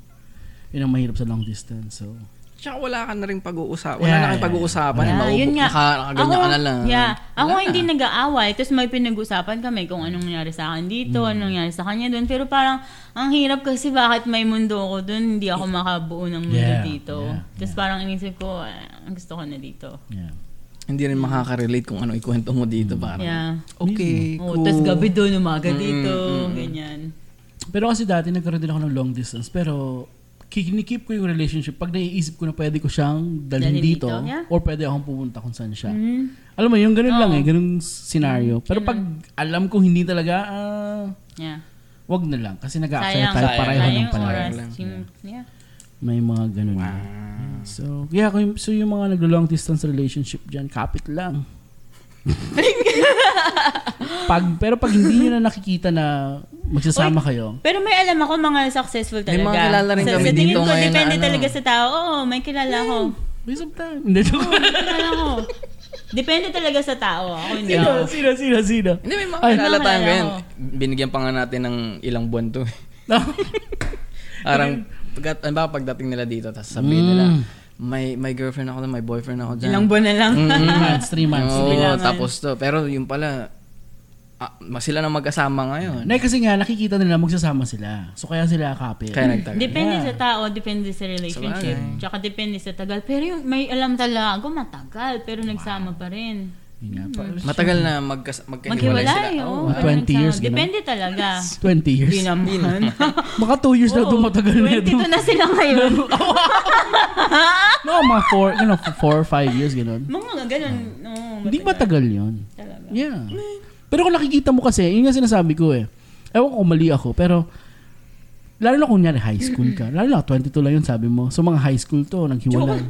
Speaker 2: Yun ang mahirap sa long distance. So,
Speaker 4: Tsaka wala ka na rin pag-uusapan. Wala
Speaker 2: Yeah,
Speaker 4: na kayong
Speaker 2: yeah.
Speaker 4: pag-uusapan.
Speaker 2: Yeah,
Speaker 4: Maubo-
Speaker 3: Ah, yun nga.
Speaker 4: Naka, nakaganyan ka na lang.
Speaker 3: Yeah. Ako
Speaker 4: Wala
Speaker 3: hindi
Speaker 4: na.
Speaker 3: nag-aaway. Tapos may pinag-usapan kami kung anong nangyari sa akin dito,
Speaker 2: Hmm.
Speaker 3: anong nangyari sa kanya doon. Pero parang, ang hirap kasi bakit may mundo ako doon, hindi ako makabuo ng mundo
Speaker 2: Yeah,
Speaker 3: dito.
Speaker 2: yeah,
Speaker 3: Tapos
Speaker 2: yeah.
Speaker 3: parang inisip ko, ah, gusto ko na dito.
Speaker 2: yeah.
Speaker 4: Hindi rin makaka-relate kung ano ikwento mo dito. Parang,
Speaker 3: Yeah.
Speaker 4: okay,
Speaker 3: Oh,
Speaker 4: cool.
Speaker 3: Tapos gabi doon, umaga dito. Ganyan.
Speaker 2: Pero kasi dati nagkaroon din ako ng long distance pero kinikip ko yung relationship pag naiisip ko na pwede ko siyang dalhin
Speaker 3: Dalhin dito,
Speaker 2: dito,
Speaker 3: yeah. Mm-hmm. Oh.
Speaker 2: or pwede akong pumunta kung saan siya. Alam mo, yung ganun lang eh, ganung scenario. Pero pag alam kong hindi talaga, ah,
Speaker 3: Yeah.
Speaker 2: wag na lang kasi nag-a-accept
Speaker 3: Sayang.
Speaker 2: tayo
Speaker 4: Sayang.
Speaker 2: pareho ng
Speaker 3: Sayang
Speaker 2: panahon.
Speaker 3: oras. Yung- Yeah.
Speaker 2: May mga ganun. So, yeah, kung, so yung mga naglo-long distance relationship dyan, kapit lang. pag, pero pag hindi nyo na nakikita na magsasama kayo,
Speaker 3: Pero may alam ako mga successful
Speaker 4: May
Speaker 3: talaga.
Speaker 4: mga kilala rin
Speaker 3: sa,
Speaker 4: kami
Speaker 3: sa tingin
Speaker 4: dito
Speaker 3: ko,
Speaker 4: ngayon na
Speaker 3: depende
Speaker 4: ano. Hmm.
Speaker 3: talaga sa tao. Oo, may kilala ako.
Speaker 2: waste of time. Hindi, joke.
Speaker 3: kilala ko. Depende talaga sa tao. Ako hindi.
Speaker 2: Sino,
Speaker 3: ako.
Speaker 2: sino, sino, sino?
Speaker 4: Hindi, may mga
Speaker 2: Ay,
Speaker 3: mga
Speaker 4: kilala tayo
Speaker 3: kilala
Speaker 4: ngayon.
Speaker 3: ko.
Speaker 4: Binigyan pa nga natin ng ilang buwan to. eh. Parang, pagkat, ano ba, pagdating nila dito, tapos sabihin nila, may may girlfriend ako na, may boyfriend ako dyan. Mm.
Speaker 3: Ilang buwan na lang.
Speaker 2: Three months, three months.
Speaker 4: Oo,
Speaker 3: Kailangan.
Speaker 4: tapos to. Pero yung pala, ah, mas sila na mag-asama ngayon.
Speaker 2: Na kasi nga, nakikita nila magsasama sila. So kaya sila couple.
Speaker 4: Kaya nagtagal.
Speaker 3: Depende
Speaker 2: Yeah.
Speaker 3: sa tao, depende sa relationship.
Speaker 4: Sabagay.
Speaker 3: Tsaka depende sa tagal. Pero yung may alam talaga, matagal, pero nagsama pa rin.
Speaker 2: Yun nga pa.
Speaker 4: Matagal na magkas- magkahiwalay sila.
Speaker 3: Maghiwalay, oo.
Speaker 2: Ah,
Speaker 3: pero
Speaker 2: 20
Speaker 3: nagsama.
Speaker 2: years, ganun.
Speaker 3: Depende talaga.
Speaker 2: Ah. 20 years.
Speaker 3: Hindi naman.
Speaker 2: Maka 2 years na
Speaker 3: Oo,
Speaker 2: dumatagal Oh. na
Speaker 3: 22 na sila ngayon.
Speaker 2: No, mga 4, you know, 4 or 5 years, gano'n.
Speaker 3: Mga ganun. oo,
Speaker 2: Hindi matagal yun.
Speaker 3: Talaga.
Speaker 2: Yeah. Pero kung nakikita mo kasi, yun nga sinasabi ko eh. Ewan ko kung mali ako, pero lalo na kung nyari high school ka. Lalo na 22 lang yun sabi mo. So mga high school to, naghiwalay.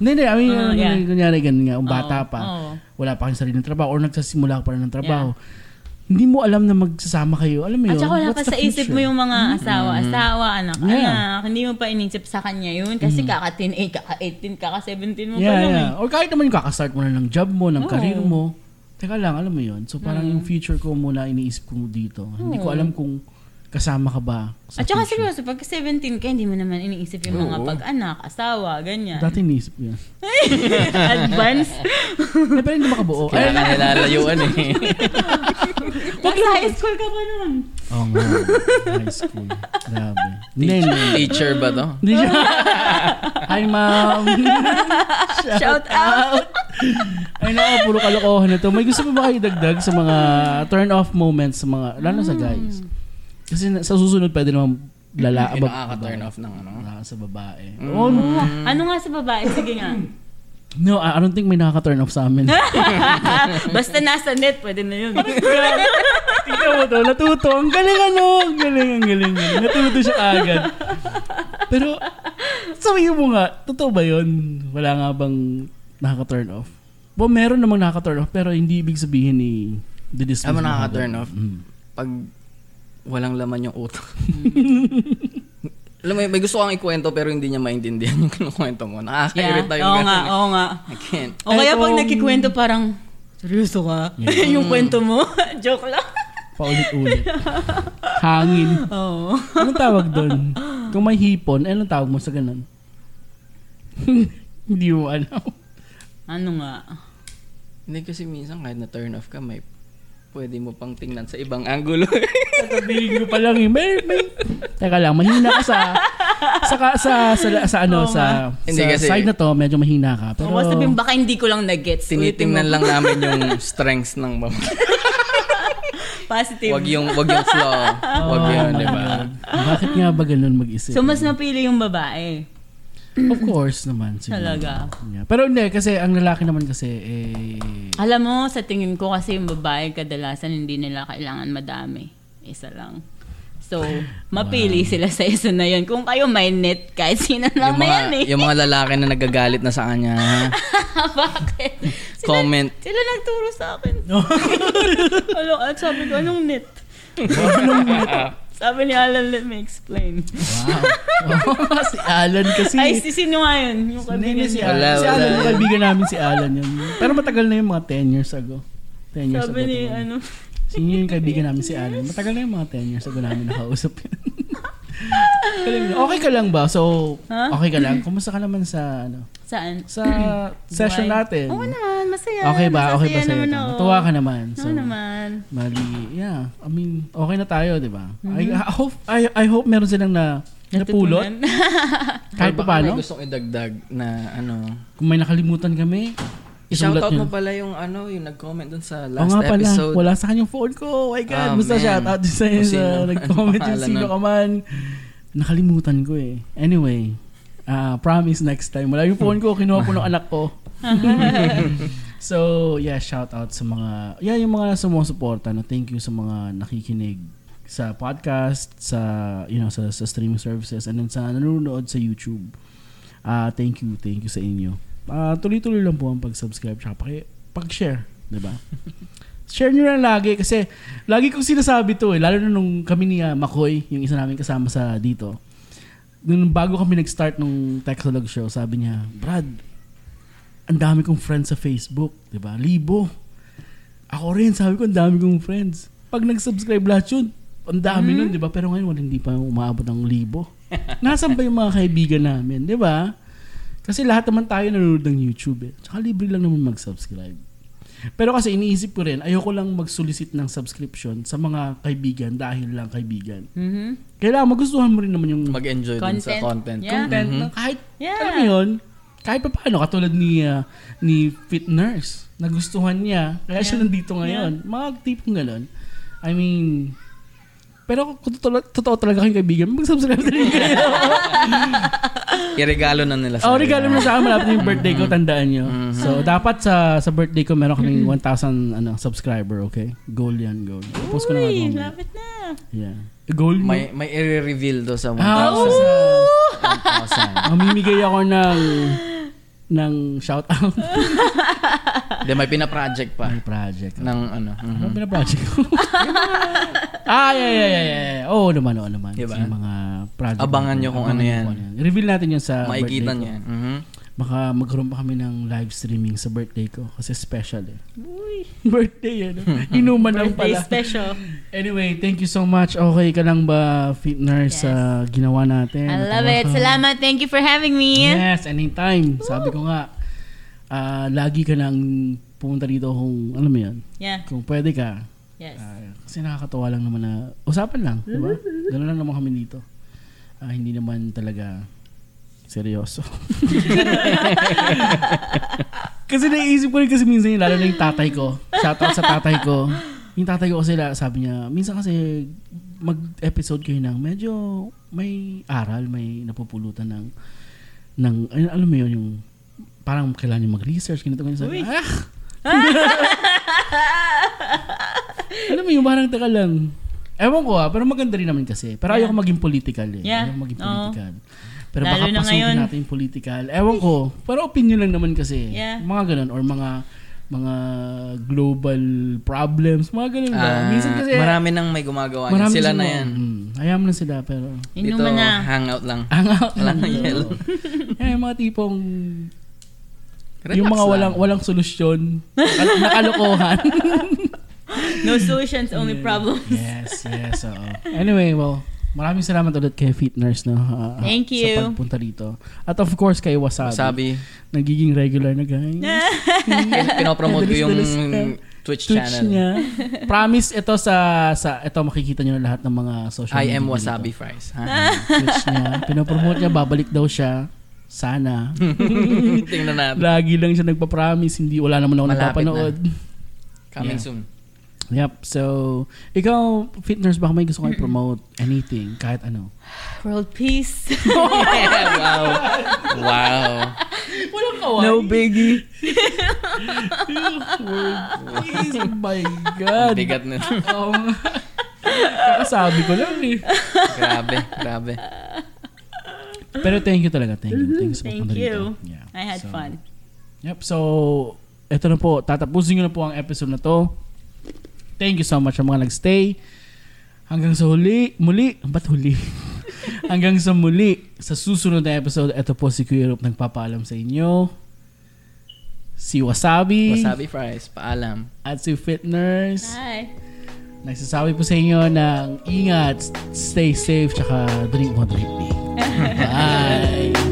Speaker 2: Hindi, hindi. I mean,
Speaker 3: Oh,
Speaker 2: uh,
Speaker 3: yeah. Oh,
Speaker 2: kunyari ganun nga, kung bata
Speaker 3: Oo,
Speaker 2: pa,
Speaker 3: oo.
Speaker 2: wala pa kang sariling trabaho or nagsasimula ka pa rin ng trabaho. Hindi mo alam na magsasama kayo. Alam mo yun?
Speaker 3: At saka wala
Speaker 2: What's
Speaker 3: pa
Speaker 2: the
Speaker 3: sa isip
Speaker 2: future?
Speaker 3: mo yung mga asawa, asawa, anak,
Speaker 2: Yeah.
Speaker 3: anak. Hindi mo pa inisip sa kanya yun. Kasi kaka-10, eh, kaka-18, kaka-17 mo pa
Speaker 2: Yeah,
Speaker 3: lang.
Speaker 2: yeah.
Speaker 3: Eh.
Speaker 2: Or kahit naman yung kakastart mo na ng job mo, ng
Speaker 3: Oo. Mm.
Speaker 2: career mo. Teka lang, alam mo yun. So parang yung future ko muna iniisip ko dito. Hindi ko alam kung kasama ka ba
Speaker 3: At
Speaker 2: sa
Speaker 3: saka
Speaker 2: future.
Speaker 3: seryoso, pag 17 ka, hindi mo naman iniisip yung mga pag-anak, asawa, ganyan.
Speaker 2: Dati iniisip ko yan.
Speaker 3: Advance.
Speaker 2: Eh, pero hindi makabuo.
Speaker 4: Kaya
Speaker 2: Ay,
Speaker 4: na nilalayuan eh.
Speaker 3: Pag high school ka pa nun.
Speaker 2: Oo nga. High school. Grabe. Hindi, hindi.
Speaker 4: Teacher ba to?
Speaker 2: Hindi siya. Hi, ma'am.
Speaker 3: Shout out.
Speaker 2: Ay, naka, puro kalokohan na to. May gusto mo ba kayo dagdag sa mga turn-off moments sa mga, lalo
Speaker 3: Mm.
Speaker 2: sa guys? Kasi na- sa susunod, pwede naman lala.
Speaker 4: Yung nakaka-turn off ng ano.
Speaker 2: Ah, sa babae. Oh, no.
Speaker 3: Ano nga sa babae? Sige nga.
Speaker 2: no, I I don't think may nakaka-turn off sa amin.
Speaker 3: Basta nasa net, pwede na yun.
Speaker 2: Tingnan mo to, natuto. Ang galing ano. Ang galing, ang galing. galing. Natuto siya agad. Pero, sabihin mo nga, totoo ba yun? Wala nga bang nakaka-turn off? Well, meron namang nakaka-turn off, pero hindi ibig sabihin ni the dismiss.
Speaker 4: Ano
Speaker 2: mo
Speaker 4: nakaka-turn
Speaker 2: agad.
Speaker 4: off?
Speaker 3: Mm.
Speaker 4: Pag walang laman yung utak. Alam mo, yun, may gusto kang ikwento pero hindi niya maintindihan yung kinukwento mo. Nakaka-irita yung
Speaker 3: Oo nga,
Speaker 4: ganun. eh.
Speaker 3: oo nga.
Speaker 4: I can't.
Speaker 3: O kaya pag
Speaker 2: Etong-
Speaker 3: nakikwento parang, seryoso ka? yung kwento mo? Joke lang.
Speaker 2: Paulit-ulit. Hangin.
Speaker 3: Oo.
Speaker 2: Anong tawag doon? Kung may hipon, eh, anong tawag mo sa ganun? hindi mo alam.
Speaker 3: Ano nga?
Speaker 4: Hindi kasi minsan kahit na turn off ka, may pwede mo pang tingnan sa ibang angulo.
Speaker 2: Sabihin ko pa lang eh. May, may. Teka lang, mahina ka sa sa ka- sa sa, sa, ano sa,
Speaker 4: Hindi
Speaker 2: sa
Speaker 4: kasi-
Speaker 2: side na to, medyo mahina ka. Pero
Speaker 3: Pero, o sabihin, baka hindi ko lang nag-gets.
Speaker 4: Tinitingnan
Speaker 3: Ulitin mo.
Speaker 4: lang namin yung strengths ng babae.
Speaker 3: Positive.
Speaker 4: Wag yung wag yung flaw. Wag
Speaker 2: Oh,
Speaker 4: yun, diba?
Speaker 2: my
Speaker 4: di ba?
Speaker 2: God. Bakit nga ba ganun mag-isip?
Speaker 3: So, mas napili yung babae.
Speaker 2: of course naman siguro.
Speaker 3: Talaga.
Speaker 2: Yeah. Pero hindi kasi ang lalaki naman kasi eh
Speaker 3: Alam mo, sa tingin ko kasi yung babae kadalasan hindi nila kailangan madami. Isa lang. So, mapili sila sa isa na yun. Kung kayo may net, kahit sino lang
Speaker 4: Yung
Speaker 3: na
Speaker 4: mga,
Speaker 3: yan eh.
Speaker 4: yung mga lalaki na nagagalit na sa kanya. ha?
Speaker 3: Bakit? Sila,
Speaker 4: Comment.
Speaker 3: sila nagturo sa akin.
Speaker 4: Oh.
Speaker 3: Hello, at sabi ko, anong net? sabi ni Alan, let me explain.
Speaker 2: wow. si Alan kasi
Speaker 3: Ay, si sino nga yun? Yung kaibigan
Speaker 2: Hindi hindi, si
Speaker 3: niya.
Speaker 2: Alan.
Speaker 4: Wala,
Speaker 2: Si
Speaker 4: wala.
Speaker 2: Alan, yung kaibigan namin si Alan yun. Pero matagal na yung mga 10 years ago. 10 years
Speaker 3: Sabi
Speaker 2: ago.
Speaker 3: ni,
Speaker 2: to.
Speaker 3: ano,
Speaker 2: Sino yung kaibigan namin si Alan? Matagal na yung mga 10 years ago namin nakausap yun. Galing na. okay ka lang ba? So,
Speaker 3: Huh?
Speaker 2: okay ka lang? Kumusta ka naman sa ano?
Speaker 3: saan?
Speaker 2: Sa session
Speaker 3: Why?
Speaker 2: natin.
Speaker 3: Oo naman, masaya.
Speaker 2: Okay ba? Okay ba
Speaker 3: Masasaya
Speaker 2: sa'yo?
Speaker 3: naman
Speaker 2: to?
Speaker 3: ako.
Speaker 2: Natuwa ka naman.
Speaker 3: Oo
Speaker 2: So,
Speaker 3: naman.
Speaker 2: Mali. Yeah. I mean, okay na tayo, di ba? I,
Speaker 3: Mm-hmm.
Speaker 2: I hope I, I hope meron silang na napulot. Kahit pa
Speaker 4: Baka Diba, May
Speaker 2: paano.
Speaker 4: gustong idagdag na ano.
Speaker 2: Kung may nakalimutan kami, isulat
Speaker 4: I-shoutout
Speaker 2: nyo.
Speaker 4: mo pala yung ano, yung nag-comment dun sa
Speaker 2: Oo
Speaker 4: last
Speaker 2: nga pala,
Speaker 4: episode.
Speaker 2: wala sa kanyang phone ko. Oh my God,
Speaker 4: Ah,
Speaker 2: basta
Speaker 4: man.
Speaker 2: shout out sa iyo
Speaker 4: Kung sino.
Speaker 2: sa nag-comment yung
Speaker 4: Pangalan
Speaker 2: sino
Speaker 4: nun.
Speaker 2: ka man. Nakalimutan ko eh. Anyway, ah, promise next time. Wala yung phone ko, kinuha ko ng anak ko. so, yeah, shout out sa mga, yeah, yung mga sumusuporta na thank you sa mga nakikinig sa podcast, sa, you know, sa, sa streaming services, and then sa nanonood sa YouTube. Ah, thank you, thank you sa inyo. Ah, tuloy-tuloy lang po ang pag-subscribe tsaka paki- pag-share, 'di ba? Share nyo na lagi kasi lagi kong sinasabi to eh, lalo na nung kami ni ah, Makoy, yung isa namin kasama sa dito. Nung bago kami nag-start nung Texalog show, sabi niya, Brad, ang dami kong friends sa Facebook, 'di ba? Libo. Ako rin, sabi ko, ang dami kong friends. Pag nag-subscribe lahat yun, ang dami nun, di ba? Pero ngayon, wala, hindi pa umaabot ng libo. Nasaan ba yung mga kaibigan namin, di ba? Kasi lahat naman tayo nanonood ng YouTube eh. Tsaka libre lang naman mag-subscribe. Pero kasi iniisip ko rin, ayoko lang mag-solicit ng subscription sa mga kaibigan dahil lang kaibigan.
Speaker 3: Mhm.
Speaker 2: Kailangan magustuhan mo rin naman yung
Speaker 4: Mag-enjoy din sa
Speaker 3: Content.
Speaker 4: content. Mm-hmm.
Speaker 3: Yeah.
Speaker 2: content ng kahit,
Speaker 3: Yeah.
Speaker 2: alam mo yun, kahit pa paano, katulad ni, ah, ni Fit Nurse, nagustuhan niya, kaya siya nandito ngayon. Mga tipong ganun. I mean, pero kung totoo, totoo talaga kayong kaibigan, mag-subscribe na rin kayo.
Speaker 4: Iregalo na nila
Speaker 2: oh,
Speaker 4: akin.
Speaker 2: regalo mo sa akin, malapit na yung birthday ko, tandaan nyo. So, dapat sa sa birthday ko, meron kaming 1,000 ano, subscriber, okay? Goal yan, goal. Post ko na nga
Speaker 3: Uy,
Speaker 2: mamaya.
Speaker 3: lapit na.
Speaker 2: Yeah. Goal mo.
Speaker 4: May, may i-reveal do sa 1,000.
Speaker 2: Ah, oo. Mamimigay ako ng ng shout out
Speaker 4: Hindi, may pinaproject pa.
Speaker 2: ng project.
Speaker 4: ng ano. mhm.
Speaker 2: Ano pinaproject ko? ah, yeah, yeah, yeah, yeah, yeah. Oo naman, oo naman.
Speaker 4: Diba?
Speaker 2: Yung mga project.
Speaker 4: Abangan
Speaker 2: natin.
Speaker 4: nyo kung ano
Speaker 2: nyo
Speaker 4: yan.
Speaker 2: Reveal natin yun sa
Speaker 4: Makikita
Speaker 2: birthday
Speaker 4: niya.
Speaker 2: ko.
Speaker 4: Mhm.
Speaker 2: Baka magkaroon pa kami ng live streaming sa birthday ko. Kasi special eh.
Speaker 3: Uy,
Speaker 2: birthday, ano? Inuman lang
Speaker 3: birthday
Speaker 2: pala.
Speaker 3: special.
Speaker 2: Anyway, thank you so much. Okay ka lang ba, Fit Nurse,
Speaker 3: Yes.
Speaker 2: sa ginawa natin?
Speaker 3: I
Speaker 2: At
Speaker 3: love it.
Speaker 2: welcome.
Speaker 3: Salamat. Thank you for having me.
Speaker 2: Yes, anytime. Sabi ko nga, ah, lagi ka nang pumunta dito kung, alam mo yan,
Speaker 3: Yeah.
Speaker 2: kung pwede ka.
Speaker 3: Yes.
Speaker 2: Ah, kasi nakakatawa lang naman na, usapan lang, di ba? Ganun lang naman kami dito. Ah, hindi naman talaga seryoso. kasi naiisip ko rin kasi minsan yun, lalo na yung tatay ko. Shoutout sa tatay ko. Yung tatay ko kasi la- sabi niya, minsan kasi mag-episode kayo ng medyo may aral, may napupulutan ng ng ay, alam mo yun yung parang kailangan niyo mag-research ganito ganito sabi, ah! alam mo yung parang teka lang ewan ko ah pero maganda rin naman kasi pero ayoko maging political eh
Speaker 3: Yeah.
Speaker 2: ayoko maging
Speaker 3: Oo.
Speaker 2: political pero
Speaker 3: Lalo
Speaker 2: baka
Speaker 3: na
Speaker 2: pasukin
Speaker 3: ngayon.
Speaker 2: natin yung political ewan ko pero opinion lang naman kasi
Speaker 3: Yeah.
Speaker 2: mga ganun or mga mga global problems mga ganun ba?
Speaker 4: Ah,
Speaker 2: Diba? minsan kasi
Speaker 4: marami nang may gumagawa. niyan.
Speaker 2: marami
Speaker 4: Sila
Speaker 2: silang-
Speaker 4: na yan.
Speaker 2: Mm, ayaw mo na sila pero
Speaker 4: Dito,
Speaker 3: Inuman na.
Speaker 4: hangout lang.
Speaker 2: ang out
Speaker 4: Wala nang
Speaker 2: Oo.
Speaker 4: yelo.
Speaker 2: Eh, yung mga tipong
Speaker 4: Relax
Speaker 2: yung mga
Speaker 4: lang.
Speaker 2: walang walang solusyon, nakal- nakalokohan.
Speaker 3: No solutions, only problems.
Speaker 2: yes, yes, oo. Anyway, well, maraming salamat ulit kay Fit Nurse no. ah, ah,
Speaker 3: Thank you.
Speaker 2: Sa pagpunta dito. At of course kay Wasabi.
Speaker 4: Sabi,
Speaker 2: Nagiging regular na guys.
Speaker 4: pin- pinopromote ko yung
Speaker 2: Dalis-dalis na.
Speaker 4: Twitch,
Speaker 2: Twitch
Speaker 4: channel.
Speaker 2: niya. Promise ito sa sa ito makikita niyo na lahat ng mga social
Speaker 4: I
Speaker 2: media.
Speaker 4: am
Speaker 2: dito.
Speaker 4: Wasabi Fries. Ha?
Speaker 2: Ah. Twitch niya. Pinopromote niya babalik daw siya. Sana.
Speaker 4: Tingnan natin.
Speaker 2: Lagi lang siya nagpa-promise, hindi wala naman ako
Speaker 4: Malapit na.
Speaker 2: napapanood.
Speaker 4: Coming
Speaker 2: Yeah.
Speaker 4: soon.
Speaker 2: Yep. So, ikaw, fitness, baka may gusto kang
Speaker 4: Hmm.
Speaker 2: promote anything, kahit ano.
Speaker 3: World peace.
Speaker 4: wow. Wow.
Speaker 2: Walang kawaii. No
Speaker 4: biggie.
Speaker 2: please. Oh my God.
Speaker 4: Bigat na.
Speaker 2: Um, kakasabi ko lang eh.
Speaker 4: grabe, grabe.
Speaker 2: Pero thank you talaga. Thank you. Thank you sa
Speaker 3: Mm-hmm. Thank
Speaker 2: pagpunta
Speaker 3: you.
Speaker 2: dito. Yeah.
Speaker 3: I had
Speaker 2: So,
Speaker 3: fun.
Speaker 2: Yep. So, eto na po. Tatapusin ko na po ang episode na to. Thank you so much sa mga nagstay. Hanggang sa huli. Muli. Ba't huli? Hanggang sa muli. Sa susunod na episode, eto po si Kuya Rup nagpapaalam sa inyo. Si Wasabi.
Speaker 4: Wasabi Fries, paalam.
Speaker 2: At si Fit Nurse.
Speaker 3: Hi.
Speaker 2: Nagsasabi po sa inyo ng ingat, stay safe, tsaka drink moderately. Bye!